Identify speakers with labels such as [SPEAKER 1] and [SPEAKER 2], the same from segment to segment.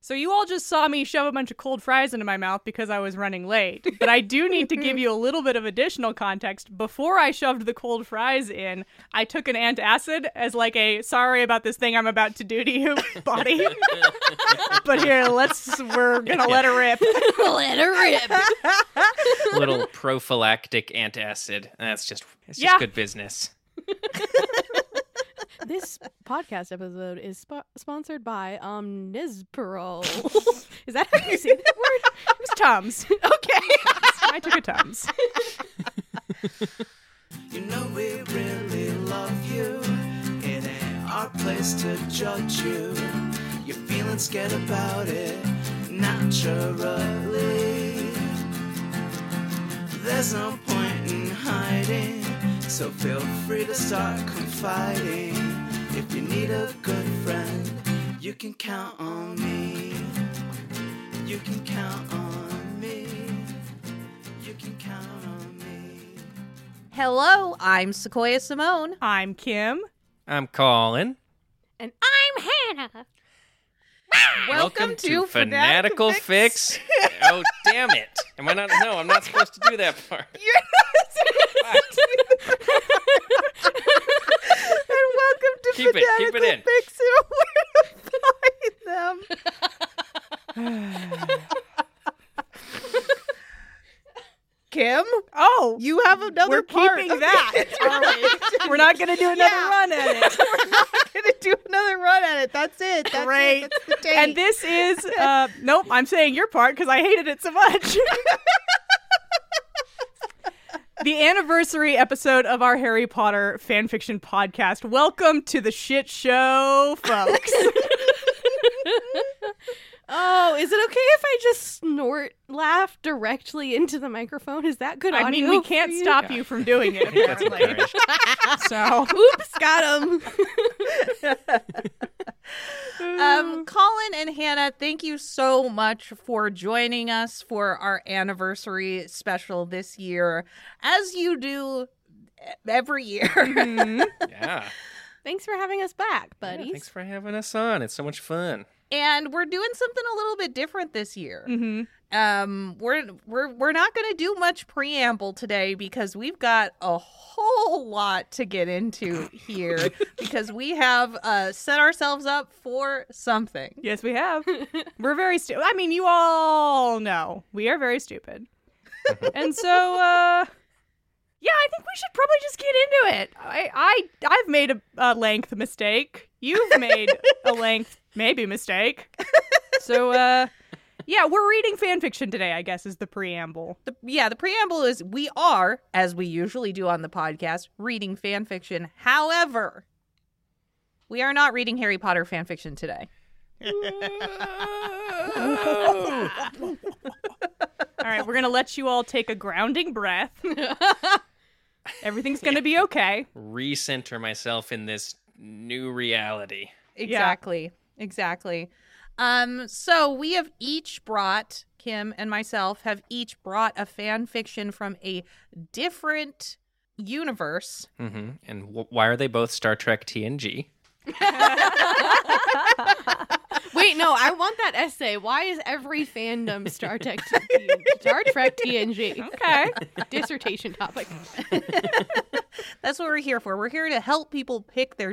[SPEAKER 1] So you all just saw me shove a bunch of cold fries into my mouth because I was running late. But I do need to give you a little bit of additional context. Before I shoved the cold fries in, I took an antacid as like a sorry about this thing I'm about to do to you body. but here, let's we're gonna let her rip.
[SPEAKER 2] Let her rip.
[SPEAKER 3] Little prophylactic antacid. That's just it's
[SPEAKER 1] Yeah.
[SPEAKER 3] just good business.
[SPEAKER 4] This podcast episode is spo- sponsored by Omnisporol. is that how you say that word?
[SPEAKER 1] It was Tums.
[SPEAKER 4] Okay.
[SPEAKER 1] I took a Tums.
[SPEAKER 5] You know we really love you. It ain't our place to judge you. You're feeling scared about it naturally. There's no point in hiding, so feel free to start confiding. If you need a good friend, you can count on me. You can count on me. You can count on me.
[SPEAKER 2] Hello, I'm Sequoia Simone.
[SPEAKER 1] I'm Kim.
[SPEAKER 3] I'm Colin.
[SPEAKER 4] And I'm Hannah.
[SPEAKER 3] Welcome, to Fanatical Fix. oh damn it! Am I not? No, I'm not supposed to do that part.
[SPEAKER 1] And welcome to
[SPEAKER 3] Keep it, keep it Fanatical in.
[SPEAKER 1] Fix where to find
[SPEAKER 6] Kim,
[SPEAKER 1] them. Oh,
[SPEAKER 6] you have another
[SPEAKER 1] we're
[SPEAKER 6] part.
[SPEAKER 1] keeping that. are we? We're not gonna do another
[SPEAKER 6] Yeah.
[SPEAKER 1] run at it.
[SPEAKER 6] I'm gonna do another run at it. That's it. That's
[SPEAKER 1] Great.
[SPEAKER 6] It. That's the date.
[SPEAKER 1] And this is uh, nope. I'm saying your part because I hated it so much. the anniversary episode of our Harry Potter fanfiction podcast. Welcome to the shit show, folks.
[SPEAKER 4] Oh, is it okay if I just snort laugh directly into the microphone? Is that good
[SPEAKER 1] I
[SPEAKER 4] audio?
[SPEAKER 1] mean, we
[SPEAKER 4] for
[SPEAKER 1] can't
[SPEAKER 4] you?
[SPEAKER 1] stop you from doing it.
[SPEAKER 3] That's
[SPEAKER 1] Apparently,
[SPEAKER 3] encouraged.
[SPEAKER 1] so
[SPEAKER 4] Oops, got him.
[SPEAKER 2] Um, Colin and Hannah, thank you so much for joining us for our anniversary special this year, as you do e-, every year.
[SPEAKER 3] Yeah.
[SPEAKER 4] Thanks for having us back,
[SPEAKER 3] Yeah,
[SPEAKER 4] buddies.
[SPEAKER 3] Thanks for having us on. It's so much fun.
[SPEAKER 2] and we're doing something a little bit different this year.
[SPEAKER 1] hmm
[SPEAKER 2] Um, we're we're we're not going to do much preamble today because we've got a whole lot to get into here because we have uh, set ourselves up for something.
[SPEAKER 1] yes, we have. We're very stupid. I mean, you all know we are very stupid, and so. uh yeah, I think we should probably just get into it. I, I, I've made a, a length mistake. You've made a length maybe mistake. So, uh, yeah, we're reading fan fiction today. I guess is the preamble.
[SPEAKER 2] The, yeah, the preamble is we are, as we usually do on the podcast, reading fan fiction. However, we are not reading Harry Potter fan fiction today.
[SPEAKER 1] All right, we're gonna let you all take a grounding breath. Everything's gonna be okay.
[SPEAKER 3] Recenter myself in this new reality.
[SPEAKER 2] Exactly. Exactly. Um, so we have each brought, Kim and myself have each brought a fan fiction from a different universe.
[SPEAKER 3] hmm And w- why are they both Star Trek TNG?
[SPEAKER 4] Wait, no, I want that essay. Why is every fandom Star Trek TNG? Star Trek TNG?
[SPEAKER 1] Okay.
[SPEAKER 4] Dissertation topic.
[SPEAKER 2] That's what we're here for. We're here to help people pick their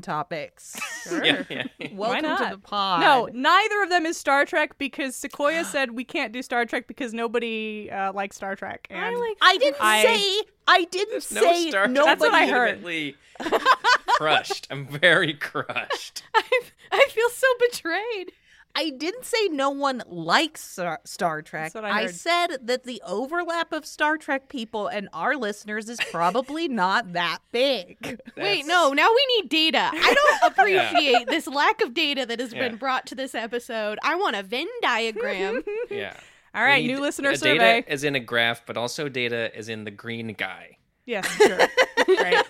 [SPEAKER 2] topics.
[SPEAKER 3] Yeah, yeah.
[SPEAKER 2] Welcome to
[SPEAKER 1] not?
[SPEAKER 2] the pod.
[SPEAKER 1] No, neither of them is Star Trek because Sequoia said we can't do StarEk because nobody uh, likes Star Trek. And
[SPEAKER 4] I like.
[SPEAKER 2] I didn't
[SPEAKER 1] I-
[SPEAKER 2] say. I didn't
[SPEAKER 3] There's no
[SPEAKER 2] say
[SPEAKER 3] Star Trek.
[SPEAKER 2] nobody.
[SPEAKER 1] That's what I heard.
[SPEAKER 3] Legitimately crushed. I'm very crushed.
[SPEAKER 4] I, I feel so betrayed.
[SPEAKER 2] I didn't say no one likes Star, Star Trek.
[SPEAKER 1] That's what I heard.
[SPEAKER 2] said that the overlap of Star Trek people and our listeners is probably not that big.
[SPEAKER 4] Wait,
[SPEAKER 3] That's-
[SPEAKER 4] no, now we need data. I don't appreciate this lack of data that has
[SPEAKER 3] Yeah.
[SPEAKER 4] been brought to this episode. I want a Venn diagram.
[SPEAKER 3] Yeah.
[SPEAKER 1] All right,
[SPEAKER 3] We need
[SPEAKER 1] new listener
[SPEAKER 3] a
[SPEAKER 1] survey.
[SPEAKER 3] Data as in a graph, but also data as in the green guy.
[SPEAKER 1] Yes, sure. Great.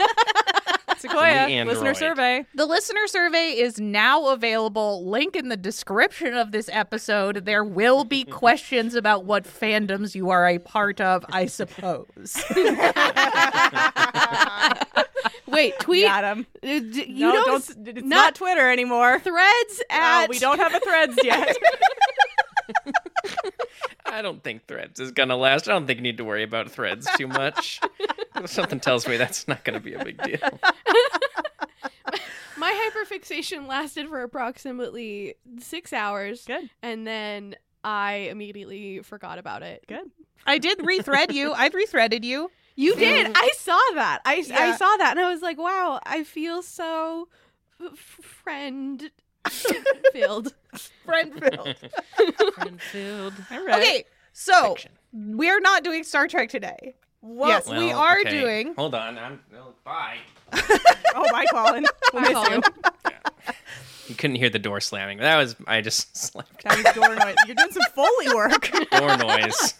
[SPEAKER 1] Sequoia,
[SPEAKER 3] Android.
[SPEAKER 1] listener survey.
[SPEAKER 2] The listener survey is now available. Link in the description of this episode. There will be questions about what fandoms you are a part of, I suppose.
[SPEAKER 4] Wait, Wait, tweet.
[SPEAKER 1] Got him.
[SPEAKER 4] Uh, d- You
[SPEAKER 1] no,
[SPEAKER 4] don't,
[SPEAKER 1] don't,
[SPEAKER 4] s-
[SPEAKER 1] it's not,
[SPEAKER 4] not-
[SPEAKER 1] Twitter anymore.
[SPEAKER 4] threads at.
[SPEAKER 1] Uh, we don't have a threads yet.
[SPEAKER 3] I don't think Threads is gonna last. I don't think you need to worry about Threads too much. Something tells me that's not gonna be a big deal.
[SPEAKER 4] My hyperfixation lasted for approximately six hours.
[SPEAKER 1] Good.
[SPEAKER 4] And then I immediately forgot about it.
[SPEAKER 2] I did rethread you. I've rethreaded you.
[SPEAKER 4] You did. I saw that. I, I
[SPEAKER 2] Yeah.
[SPEAKER 4] saw that, and I was like, wow, I feel so f- friend filled.
[SPEAKER 2] Friendfield.
[SPEAKER 3] All right.
[SPEAKER 2] okay, so we're not doing Star Trek today. What
[SPEAKER 6] Yes.
[SPEAKER 2] we
[SPEAKER 3] Well,
[SPEAKER 2] are
[SPEAKER 3] okay.
[SPEAKER 2] doing
[SPEAKER 3] Hold on. I'm. Well, bye.
[SPEAKER 1] oh, bye, Colin. We'll miss you.
[SPEAKER 3] You couldn't hear the door slamming. That was. I just slapped
[SPEAKER 1] That was door noise. You're doing some Foley work.
[SPEAKER 3] door noise.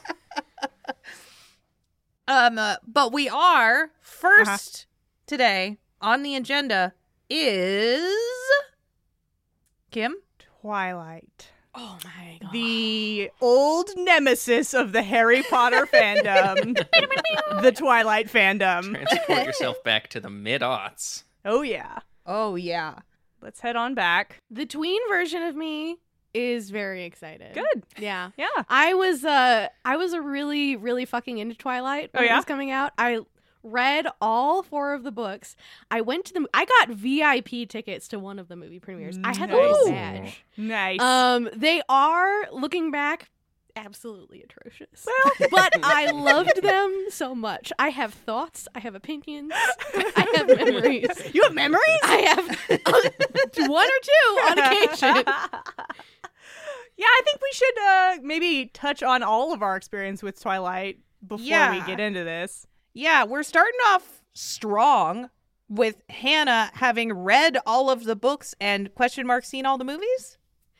[SPEAKER 2] Um, uh, but we are 1st today on the agenda is Kim.
[SPEAKER 1] Twilight.
[SPEAKER 4] Oh my god.
[SPEAKER 1] The old nemesis of the Harry Potter fandom, the Twilight fandom.
[SPEAKER 3] Transport yourself back to the mid aughts.
[SPEAKER 1] Oh, yeah.
[SPEAKER 2] Oh yeah,
[SPEAKER 1] Let's head on back.
[SPEAKER 4] The tween version of me is very excited.
[SPEAKER 1] Good.
[SPEAKER 4] Yeah.
[SPEAKER 1] Yeah.
[SPEAKER 4] I was uh I was a really really fucking into Twilight when
[SPEAKER 1] Oh,
[SPEAKER 4] it
[SPEAKER 1] yeah?
[SPEAKER 4] was coming out. I read all four of the books. I went to the I got VIP tickets to one of the movie premieres. I had a
[SPEAKER 1] Nice.
[SPEAKER 4] little
[SPEAKER 1] Ooh.
[SPEAKER 4] badge.
[SPEAKER 1] Nice.
[SPEAKER 4] Um they are looking back absolutely atrocious.
[SPEAKER 1] well,
[SPEAKER 4] but I loved them so much. I have thoughts, I have opinions, I have memories.
[SPEAKER 1] you have memories?
[SPEAKER 4] I have one or two on occasion.
[SPEAKER 1] yeah, I think we should uh, maybe touch on all of our experience with Twilight before we
[SPEAKER 2] Yeah.
[SPEAKER 1] get into this.
[SPEAKER 2] yeah. We're starting off strong with Hannah having read all of the books and question mark seen all the movies.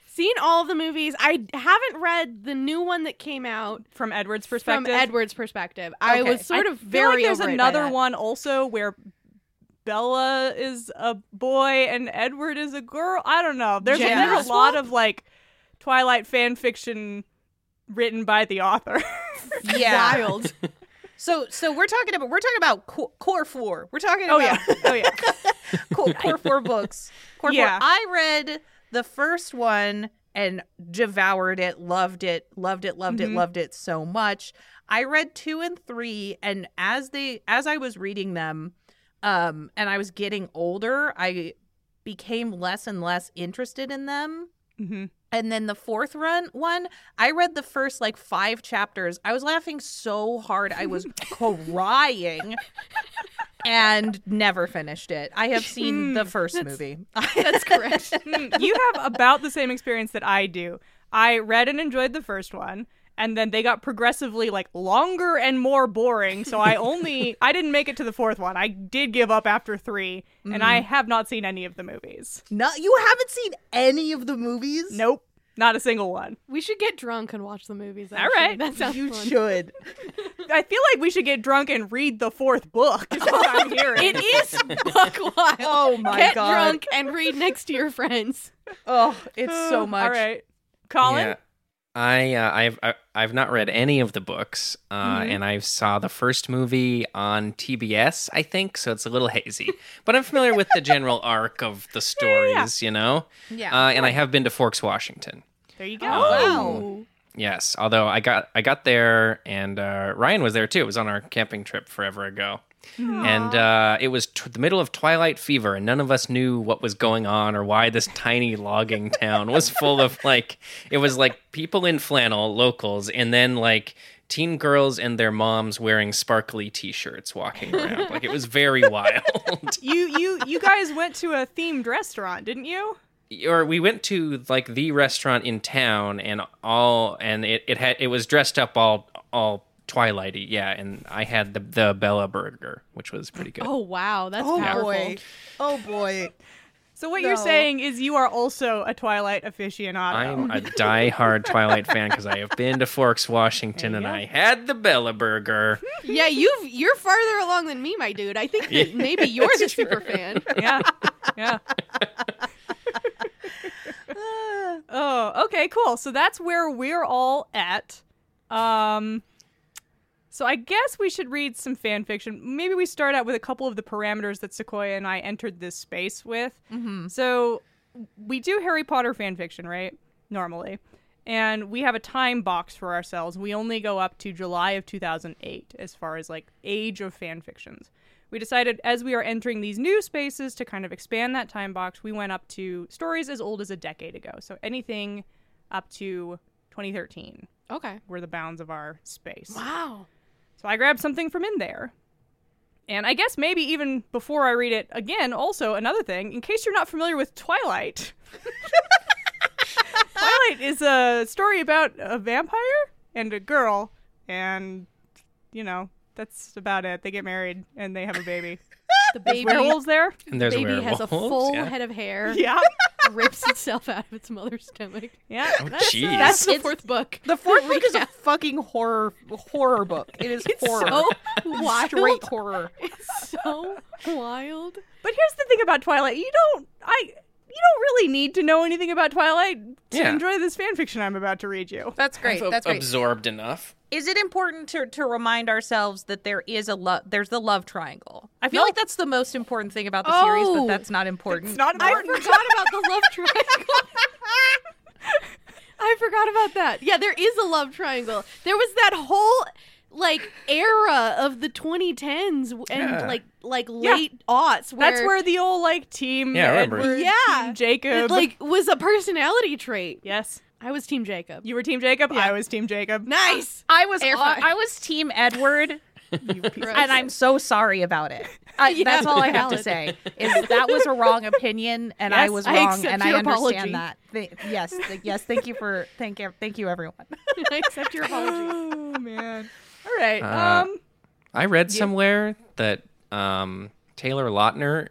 [SPEAKER 4] Seen all of the movies. I haven't read the new one that came out
[SPEAKER 1] From Edward's
[SPEAKER 4] from
[SPEAKER 1] perspective,
[SPEAKER 4] Edward's perspective. I
[SPEAKER 2] Okay.
[SPEAKER 4] was sort
[SPEAKER 1] I
[SPEAKER 4] of
[SPEAKER 1] feel
[SPEAKER 4] very.
[SPEAKER 1] like there's
[SPEAKER 4] over it by
[SPEAKER 1] another
[SPEAKER 4] that.
[SPEAKER 1] one also where Bella is a boy and Edward is a girl. I don't know. There's,
[SPEAKER 2] Gender
[SPEAKER 1] there's a lot of like Twilight fan fiction written by the author.
[SPEAKER 4] Wild.
[SPEAKER 2] So so we're talking about we're talking about co- core four. We're talking about
[SPEAKER 1] oh yeah, oh yeah.
[SPEAKER 2] core, core four books. Core
[SPEAKER 1] Yeah.
[SPEAKER 2] four. I read the first one and devoured it, loved it, loved it, loved
[SPEAKER 1] Mhm.
[SPEAKER 2] it, loved it so much. I read two and three, and as they as I was reading them, um, and I was getting older, I became less and less interested in them.
[SPEAKER 1] hmm
[SPEAKER 2] And then the fourth run one, I read the first like five chapters. I was laughing so hard I was crying and never finished it. I have seen the first movie.
[SPEAKER 4] That's correct.
[SPEAKER 1] Mm, you have about the same experience that I do. I read and enjoyed the first one, and then they got progressively like longer and more boring. So I only I didn't make it to the fourth one. I did give up after three, and
[SPEAKER 2] Mm.
[SPEAKER 1] I have not seen any of the movies.
[SPEAKER 2] no, you haven't seen any of the movies?
[SPEAKER 1] Nope, not a single one.
[SPEAKER 4] We should get drunk and watch the movies.
[SPEAKER 1] All
[SPEAKER 4] actually.
[SPEAKER 1] right.
[SPEAKER 4] that sounds
[SPEAKER 2] you
[SPEAKER 4] fun.
[SPEAKER 2] should.
[SPEAKER 1] I feel like we should get drunk and read the fourth book. Is what I'm hearing.
[SPEAKER 4] It is buck wild.
[SPEAKER 2] Oh my
[SPEAKER 4] Get
[SPEAKER 2] god.
[SPEAKER 4] drunk and read next to your friends.
[SPEAKER 2] Oh, it's so much.
[SPEAKER 1] All right, Colin.
[SPEAKER 3] Yeah. I uh, I've I, I've not read any of the books, uh, and I saw the first movie on TBS, I think, so it's a little hazy. but I'm familiar with the general arc of the stories, you know.
[SPEAKER 2] Yeah.
[SPEAKER 3] Uh, and I have been to Forks, Washington.
[SPEAKER 1] There you go.
[SPEAKER 2] Oh,
[SPEAKER 4] Oh,
[SPEAKER 2] wow.
[SPEAKER 3] Yes, although I got I got there, and uh, Ryan was there too. It was on our camping trip forever ago, and uh, it was t- the middle of twilight fever, and none of us knew what was going on or why this tiny logging town was full of like it was like people in flannel, locals, and then like teen girls and their moms wearing sparkly t-shirts walking around. like it was very wild.
[SPEAKER 1] You you you guys went to a themed restaurant, didn't you?
[SPEAKER 3] or we went to like the restaurant in town and all and it, it had it was dressed up all all twilighty yeah and i had the the bella burger which was pretty good
[SPEAKER 4] Oh wow, that's
[SPEAKER 2] Oh
[SPEAKER 4] powerful.
[SPEAKER 2] boy. Oh boy.
[SPEAKER 1] So what you're
[SPEAKER 2] No.
[SPEAKER 1] saying is you are also a Twilight aficionado.
[SPEAKER 3] i'm a diehard twilight fan because i have been to forks washington and i had the bella burger
[SPEAKER 4] Yeah, you've you're farther along than me, my dude. I think that maybe you're the super fan.
[SPEAKER 1] yeah. Yeah. oh, okay, cool. So that's where we're all at. Um So I guess we should read some fan fiction. Maybe we start out with a couple of the parameters that Sequoia and I entered this space with.
[SPEAKER 2] Mm-hmm.
[SPEAKER 1] So we do Harry Potter fan fiction, right? Normally. And we have a time box for ourselves. We only go up to July of 2008 as far as like age of fan fictions. We decided as we are entering these new spaces to kind of expand that time box, we went up to stories as old as a decade ago. So anything up to 2013
[SPEAKER 4] Okay.
[SPEAKER 1] were the bounds of our space.
[SPEAKER 4] Wow.
[SPEAKER 1] So I grabbed something from in there. And I guess maybe even before I read it again, also another thing, in case you're not familiar with Twilight. Twilight is a story about a vampire and a girl, and, you know, that's about it. They get married and they have a baby.
[SPEAKER 4] The baby,
[SPEAKER 1] Werewolves there?
[SPEAKER 3] And there's
[SPEAKER 4] baby
[SPEAKER 3] werewolves.
[SPEAKER 4] has a full
[SPEAKER 3] yeah. Oh,
[SPEAKER 4] head of hair,
[SPEAKER 1] Yeah.
[SPEAKER 4] rips itself out of its mother's stomach.
[SPEAKER 1] Yeah.
[SPEAKER 3] Oh,
[SPEAKER 1] That's-
[SPEAKER 3] jeez.
[SPEAKER 4] That's the
[SPEAKER 2] It's-
[SPEAKER 4] fourth book.
[SPEAKER 2] The fourth book is a fucking horror horror book. It is horror.
[SPEAKER 4] So wild.
[SPEAKER 2] Straight horror.
[SPEAKER 4] It's so wild.
[SPEAKER 1] But here's the thing about Twilight. You don't I you don't really need to know anything about Twilight to
[SPEAKER 3] Yeah.
[SPEAKER 1] enjoy this fanfiction I'm about to read you.
[SPEAKER 2] That's great.
[SPEAKER 3] I've
[SPEAKER 2] That's great.
[SPEAKER 3] absorbed enough.
[SPEAKER 2] is it important to, to remind ourselves that there is a love there's the love triangle i feel like that's the most important thing about the series but
[SPEAKER 4] Oh.
[SPEAKER 2] that's not important
[SPEAKER 1] It's not
[SPEAKER 4] I
[SPEAKER 1] important.
[SPEAKER 4] forgot about the love triangle. I forgot about that. Yeah, there is a love triangle. There was that whole like era of the 2010s w- and
[SPEAKER 3] Yeah.
[SPEAKER 4] like like
[SPEAKER 1] Yeah.
[SPEAKER 4] late aughts where
[SPEAKER 1] That's where the old like team
[SPEAKER 3] Yeah, I remember.
[SPEAKER 1] Edward,
[SPEAKER 4] Yeah.
[SPEAKER 1] team Jacob.
[SPEAKER 4] it like was a personality trait.
[SPEAKER 1] yes,
[SPEAKER 4] I was Team Jacob.
[SPEAKER 1] you were team Jacob. I was team Jacob.
[SPEAKER 4] Nice.
[SPEAKER 2] i was
[SPEAKER 4] Air
[SPEAKER 2] on-
[SPEAKER 4] fry.
[SPEAKER 2] i was team edward
[SPEAKER 4] Gross.
[SPEAKER 2] and i'm so sorry about it I,
[SPEAKER 4] Yeah,
[SPEAKER 2] that's all i have to
[SPEAKER 4] valid.
[SPEAKER 2] say is that was a wrong opinion and i
[SPEAKER 1] Yes,
[SPEAKER 2] was
[SPEAKER 4] I
[SPEAKER 2] wrong
[SPEAKER 4] accept
[SPEAKER 2] and i
[SPEAKER 4] your apology.
[SPEAKER 2] understand that Th- yes th- yes thank you for thank you thank you everyone
[SPEAKER 4] I accept your apology.
[SPEAKER 1] Oh man. All right.
[SPEAKER 3] Uh,
[SPEAKER 1] um.
[SPEAKER 3] I read somewhere that um, Taylor Lautner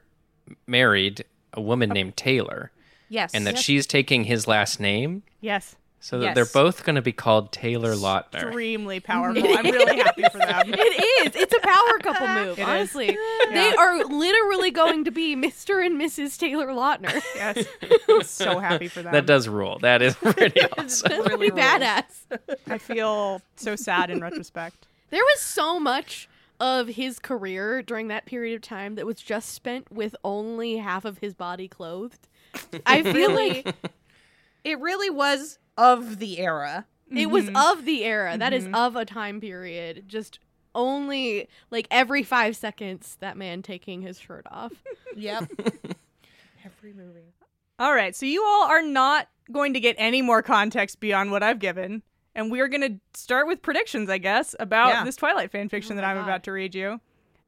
[SPEAKER 3] married a woman named Taylor,
[SPEAKER 2] yes
[SPEAKER 3] and that she's taking his last name,
[SPEAKER 1] Yes.
[SPEAKER 3] so that they're
[SPEAKER 2] Yes.
[SPEAKER 3] both going to be called Taylor Lautner.
[SPEAKER 1] Extremely powerful. I'm really happy for them.
[SPEAKER 4] It is. It's a power couple move,
[SPEAKER 1] It is.
[SPEAKER 4] honestly. They are literally going to be Mr. and Mrs. Taylor Lautner.
[SPEAKER 1] Yes. I'm so happy for them.
[SPEAKER 3] That does rule. That is pretty awesome.
[SPEAKER 4] That's pretty badass.
[SPEAKER 1] I feel so sad in retrospect.
[SPEAKER 4] There was so much of his career during that period of time that was just spent with only half of his body clothed. I feel like
[SPEAKER 2] it really was of the era
[SPEAKER 4] it was of the era. That is of a time period. Just only like every five seconds, that man taking his shirt off.
[SPEAKER 2] yep every movie
[SPEAKER 1] All right. So you all are not going to get any more context beyond what I've given. And we're going to start with predictions, I guess, about
[SPEAKER 2] Yeah.
[SPEAKER 1] this Twilight fanfiction
[SPEAKER 4] Oh
[SPEAKER 1] that
[SPEAKER 4] my
[SPEAKER 1] I'm
[SPEAKER 4] God.
[SPEAKER 1] about to read you.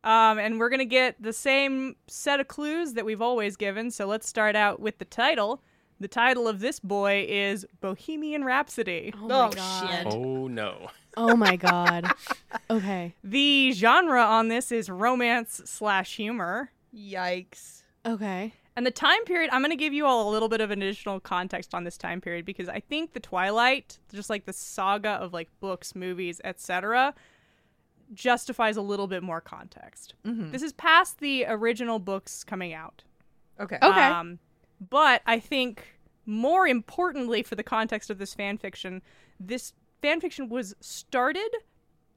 [SPEAKER 1] Um, and we're going to get the same set of clues that we've always given. So let's start out with the title. The title of this boy is Bohemian Rhapsody.
[SPEAKER 4] Oh, my
[SPEAKER 2] Oh,
[SPEAKER 4] god.
[SPEAKER 2] shit.
[SPEAKER 3] Oh no!
[SPEAKER 4] Oh my god. Okay.
[SPEAKER 1] The genre on this is romance slash humor.
[SPEAKER 2] yikes
[SPEAKER 4] Okay.
[SPEAKER 1] And the time period, I'm going to give you all a little bit of an additional context on this time period because I think the Twilight, just like the saga of like books, movies, etc., justifies a little bit more context.
[SPEAKER 2] Mhm.
[SPEAKER 1] This is past the original books coming out.
[SPEAKER 2] okay
[SPEAKER 4] Okay.
[SPEAKER 1] Um, but I think more importantly for the context of this fan fiction, this fan fiction was started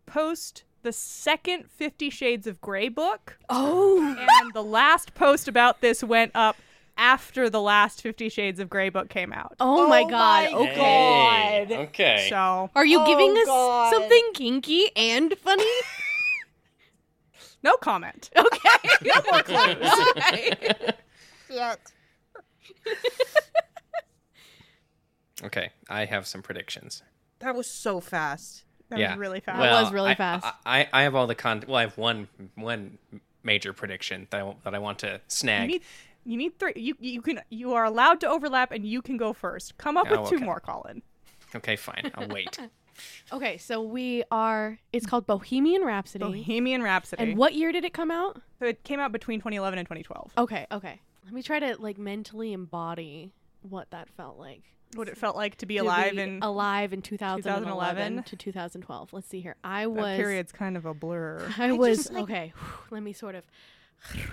[SPEAKER 1] post the second 50 Shades of Grey book
[SPEAKER 4] Oh.
[SPEAKER 1] and the last post about this went up after the last 50 Shades of Grey book came out.
[SPEAKER 4] Oh my god.
[SPEAKER 6] my
[SPEAKER 4] okay.
[SPEAKER 6] God.
[SPEAKER 3] Okay.
[SPEAKER 1] So,
[SPEAKER 4] Are you
[SPEAKER 6] Oh,
[SPEAKER 4] giving us
[SPEAKER 6] God.
[SPEAKER 4] something kinky and funny?
[SPEAKER 1] no comment.
[SPEAKER 4] Okay.
[SPEAKER 3] okay. I have some predictions.
[SPEAKER 2] that was so fast
[SPEAKER 1] That
[SPEAKER 3] Yeah.
[SPEAKER 1] was really fast.
[SPEAKER 4] Well- was really
[SPEAKER 3] I,
[SPEAKER 4] fast.
[SPEAKER 3] I, I, I have all the con. Well, I have one one major prediction that I, want- that I want to
[SPEAKER 1] you
[SPEAKER 3] snag.
[SPEAKER 1] need you need three. You you can you are allowed to overlap and you can go first. Come up
[SPEAKER 3] Oh,
[SPEAKER 1] with two
[SPEAKER 3] okay.
[SPEAKER 1] more, Colin.
[SPEAKER 3] okay, fine. I'll wait.
[SPEAKER 4] Okay, so we are it's called Bohemian Rhapsody.
[SPEAKER 1] Bohemian Rhapsody.
[SPEAKER 4] And Oh, what year did it come out?
[SPEAKER 1] so it came out between 2011 and 2012.
[SPEAKER 4] Okay, okay. Let me try to like mentally embody what that felt like.
[SPEAKER 1] What it felt like to be
[SPEAKER 4] To
[SPEAKER 1] alive
[SPEAKER 4] be
[SPEAKER 1] in
[SPEAKER 4] alive in 2011,
[SPEAKER 1] 2011?
[SPEAKER 4] to 2012. Let's see here. I
[SPEAKER 1] that
[SPEAKER 4] was
[SPEAKER 1] period's kind of a blur.
[SPEAKER 4] I, was okay. Let me sort of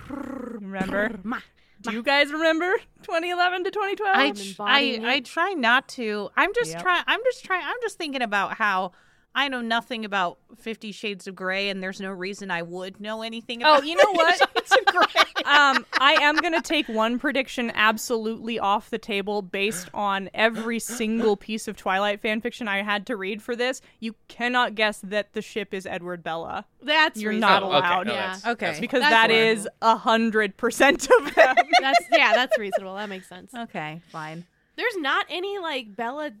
[SPEAKER 1] Remember?
[SPEAKER 4] Ma.
[SPEAKER 1] Do you guys remember 2011 to 2012?
[SPEAKER 2] I
[SPEAKER 4] and
[SPEAKER 2] tr- I
[SPEAKER 4] embodying
[SPEAKER 2] I
[SPEAKER 4] it.
[SPEAKER 2] try not to. I'm just
[SPEAKER 1] Yep.
[SPEAKER 2] try I'm just trying I'm just thinking about how I know nothing about Fifty Shades of Grey, and there's no reason I would know anything
[SPEAKER 1] Oh,
[SPEAKER 2] about
[SPEAKER 1] you know what?
[SPEAKER 2] Shades of Grey.
[SPEAKER 1] um, I am going to take one prediction absolutely off the table based on every single piece of Twilight fanfiction I had to read for this. You cannot guess that the ship is Edward Bella
[SPEAKER 4] That's
[SPEAKER 1] You're
[SPEAKER 4] reasonable.
[SPEAKER 1] not
[SPEAKER 3] Oh,
[SPEAKER 1] allowed.
[SPEAKER 3] Okay.
[SPEAKER 4] Yeah.
[SPEAKER 3] Oh, that's-
[SPEAKER 2] Okay.
[SPEAKER 3] that's-
[SPEAKER 1] because
[SPEAKER 4] That's
[SPEAKER 1] that
[SPEAKER 4] fair.
[SPEAKER 1] is a hundred percent of them.
[SPEAKER 4] That's yeah, that's reasonable. That makes sense.
[SPEAKER 2] okay, fine.
[SPEAKER 4] There's not any like Bella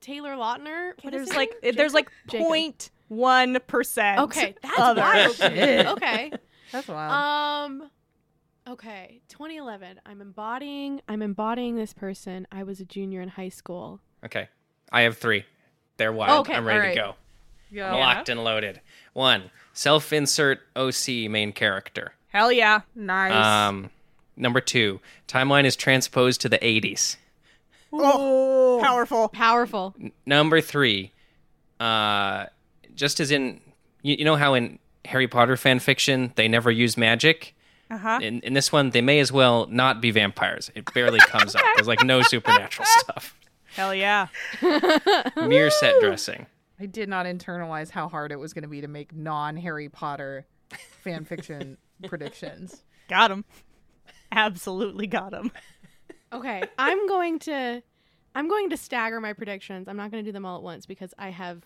[SPEAKER 4] Taylor Lautner. What is
[SPEAKER 1] there's
[SPEAKER 4] her
[SPEAKER 1] like
[SPEAKER 4] name?
[SPEAKER 1] there's like
[SPEAKER 4] Jacob.
[SPEAKER 1] point one percent.
[SPEAKER 4] Okay, that's
[SPEAKER 1] other.
[SPEAKER 4] wild. dude. okay.
[SPEAKER 2] That's wild.
[SPEAKER 4] Um okay, 2011. I'm embodying I'm embodying this person. I was a junior in high school.
[SPEAKER 3] Okay. I have three. They're wild.
[SPEAKER 4] Okay,
[SPEAKER 3] I'm ready
[SPEAKER 4] alright.
[SPEAKER 3] to go.
[SPEAKER 2] Go.
[SPEAKER 3] I'm locked and loaded. One, self insert OC main character.
[SPEAKER 1] Hell yeah.
[SPEAKER 2] Nice.
[SPEAKER 3] Um, number two, timeline is transposed to the 80s.
[SPEAKER 1] Oh, powerful.
[SPEAKER 4] Powerful.
[SPEAKER 3] Number three, uh, just as in, you, you know how in Harry Potter fan fiction they never use magic?
[SPEAKER 1] Uh huh.
[SPEAKER 3] In, in this one, they may as well not be vampires. It barely comes up. There's like no supernatural stuff.
[SPEAKER 1] Hell yeah.
[SPEAKER 3] Mere set dressing.
[SPEAKER 2] I did not internalize how hard it was going to be to make non Harry Potter fan fiction predictions.
[SPEAKER 1] Got him. Absolutely got him.
[SPEAKER 4] Okay, I'm going to I'm going to stagger my predictions. I'm not going to do them all at once because I have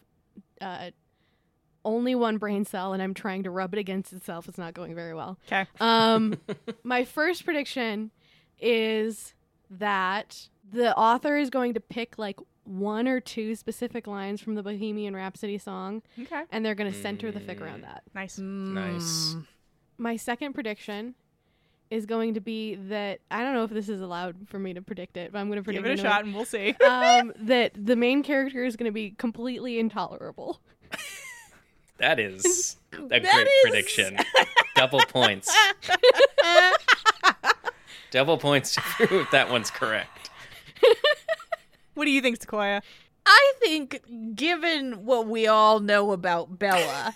[SPEAKER 4] uh only one brain cell and I'm trying to rub it against itself. It's not going very well.
[SPEAKER 1] Okay.
[SPEAKER 4] Um, my first prediction is that the author is going to pick like one or two specific lines from the Bohemian Rhapsody song,
[SPEAKER 1] Okay.
[SPEAKER 4] and they're going to center the fic around that.
[SPEAKER 1] Nice.
[SPEAKER 3] Nice.
[SPEAKER 4] My second prediction is going to be that I don't know if this is allowed for me to predict it, but I'm going to predict
[SPEAKER 1] Give it a
[SPEAKER 4] anyway.
[SPEAKER 1] shot and we'll see.
[SPEAKER 4] um, that the main character is going to be completely intolerable.
[SPEAKER 3] That is a great prediction. Double points. Double points if that one's correct.
[SPEAKER 1] What do you think, Sequoia?
[SPEAKER 2] I think, given what we all know about Bella,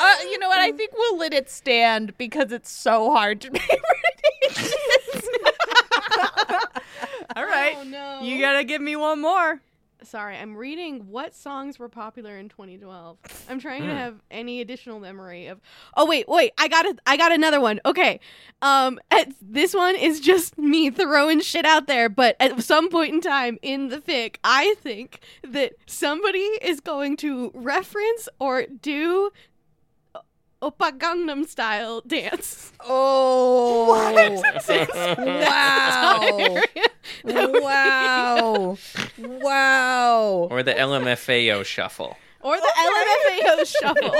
[SPEAKER 2] uh, you know what? I think we'll let it stand because it's so hard to make predictions.
[SPEAKER 1] All right.
[SPEAKER 4] Oh no!
[SPEAKER 1] You gotta give me one more.
[SPEAKER 4] Sorry, I'm reading what songs were popular in 2012. I'm trying to have any additional memory of. Oh wait, wait, I got it. I got another one. Okay, um, at, this one is just me throwing shit out there. But at some point in time in the fic, I think that somebody is going to reference or do o- Oppa Gangnam style dance.
[SPEAKER 2] oh, wow. wow. Wow.
[SPEAKER 3] Or the LMFAO shuffle.
[SPEAKER 4] Or the LMFAO shuffle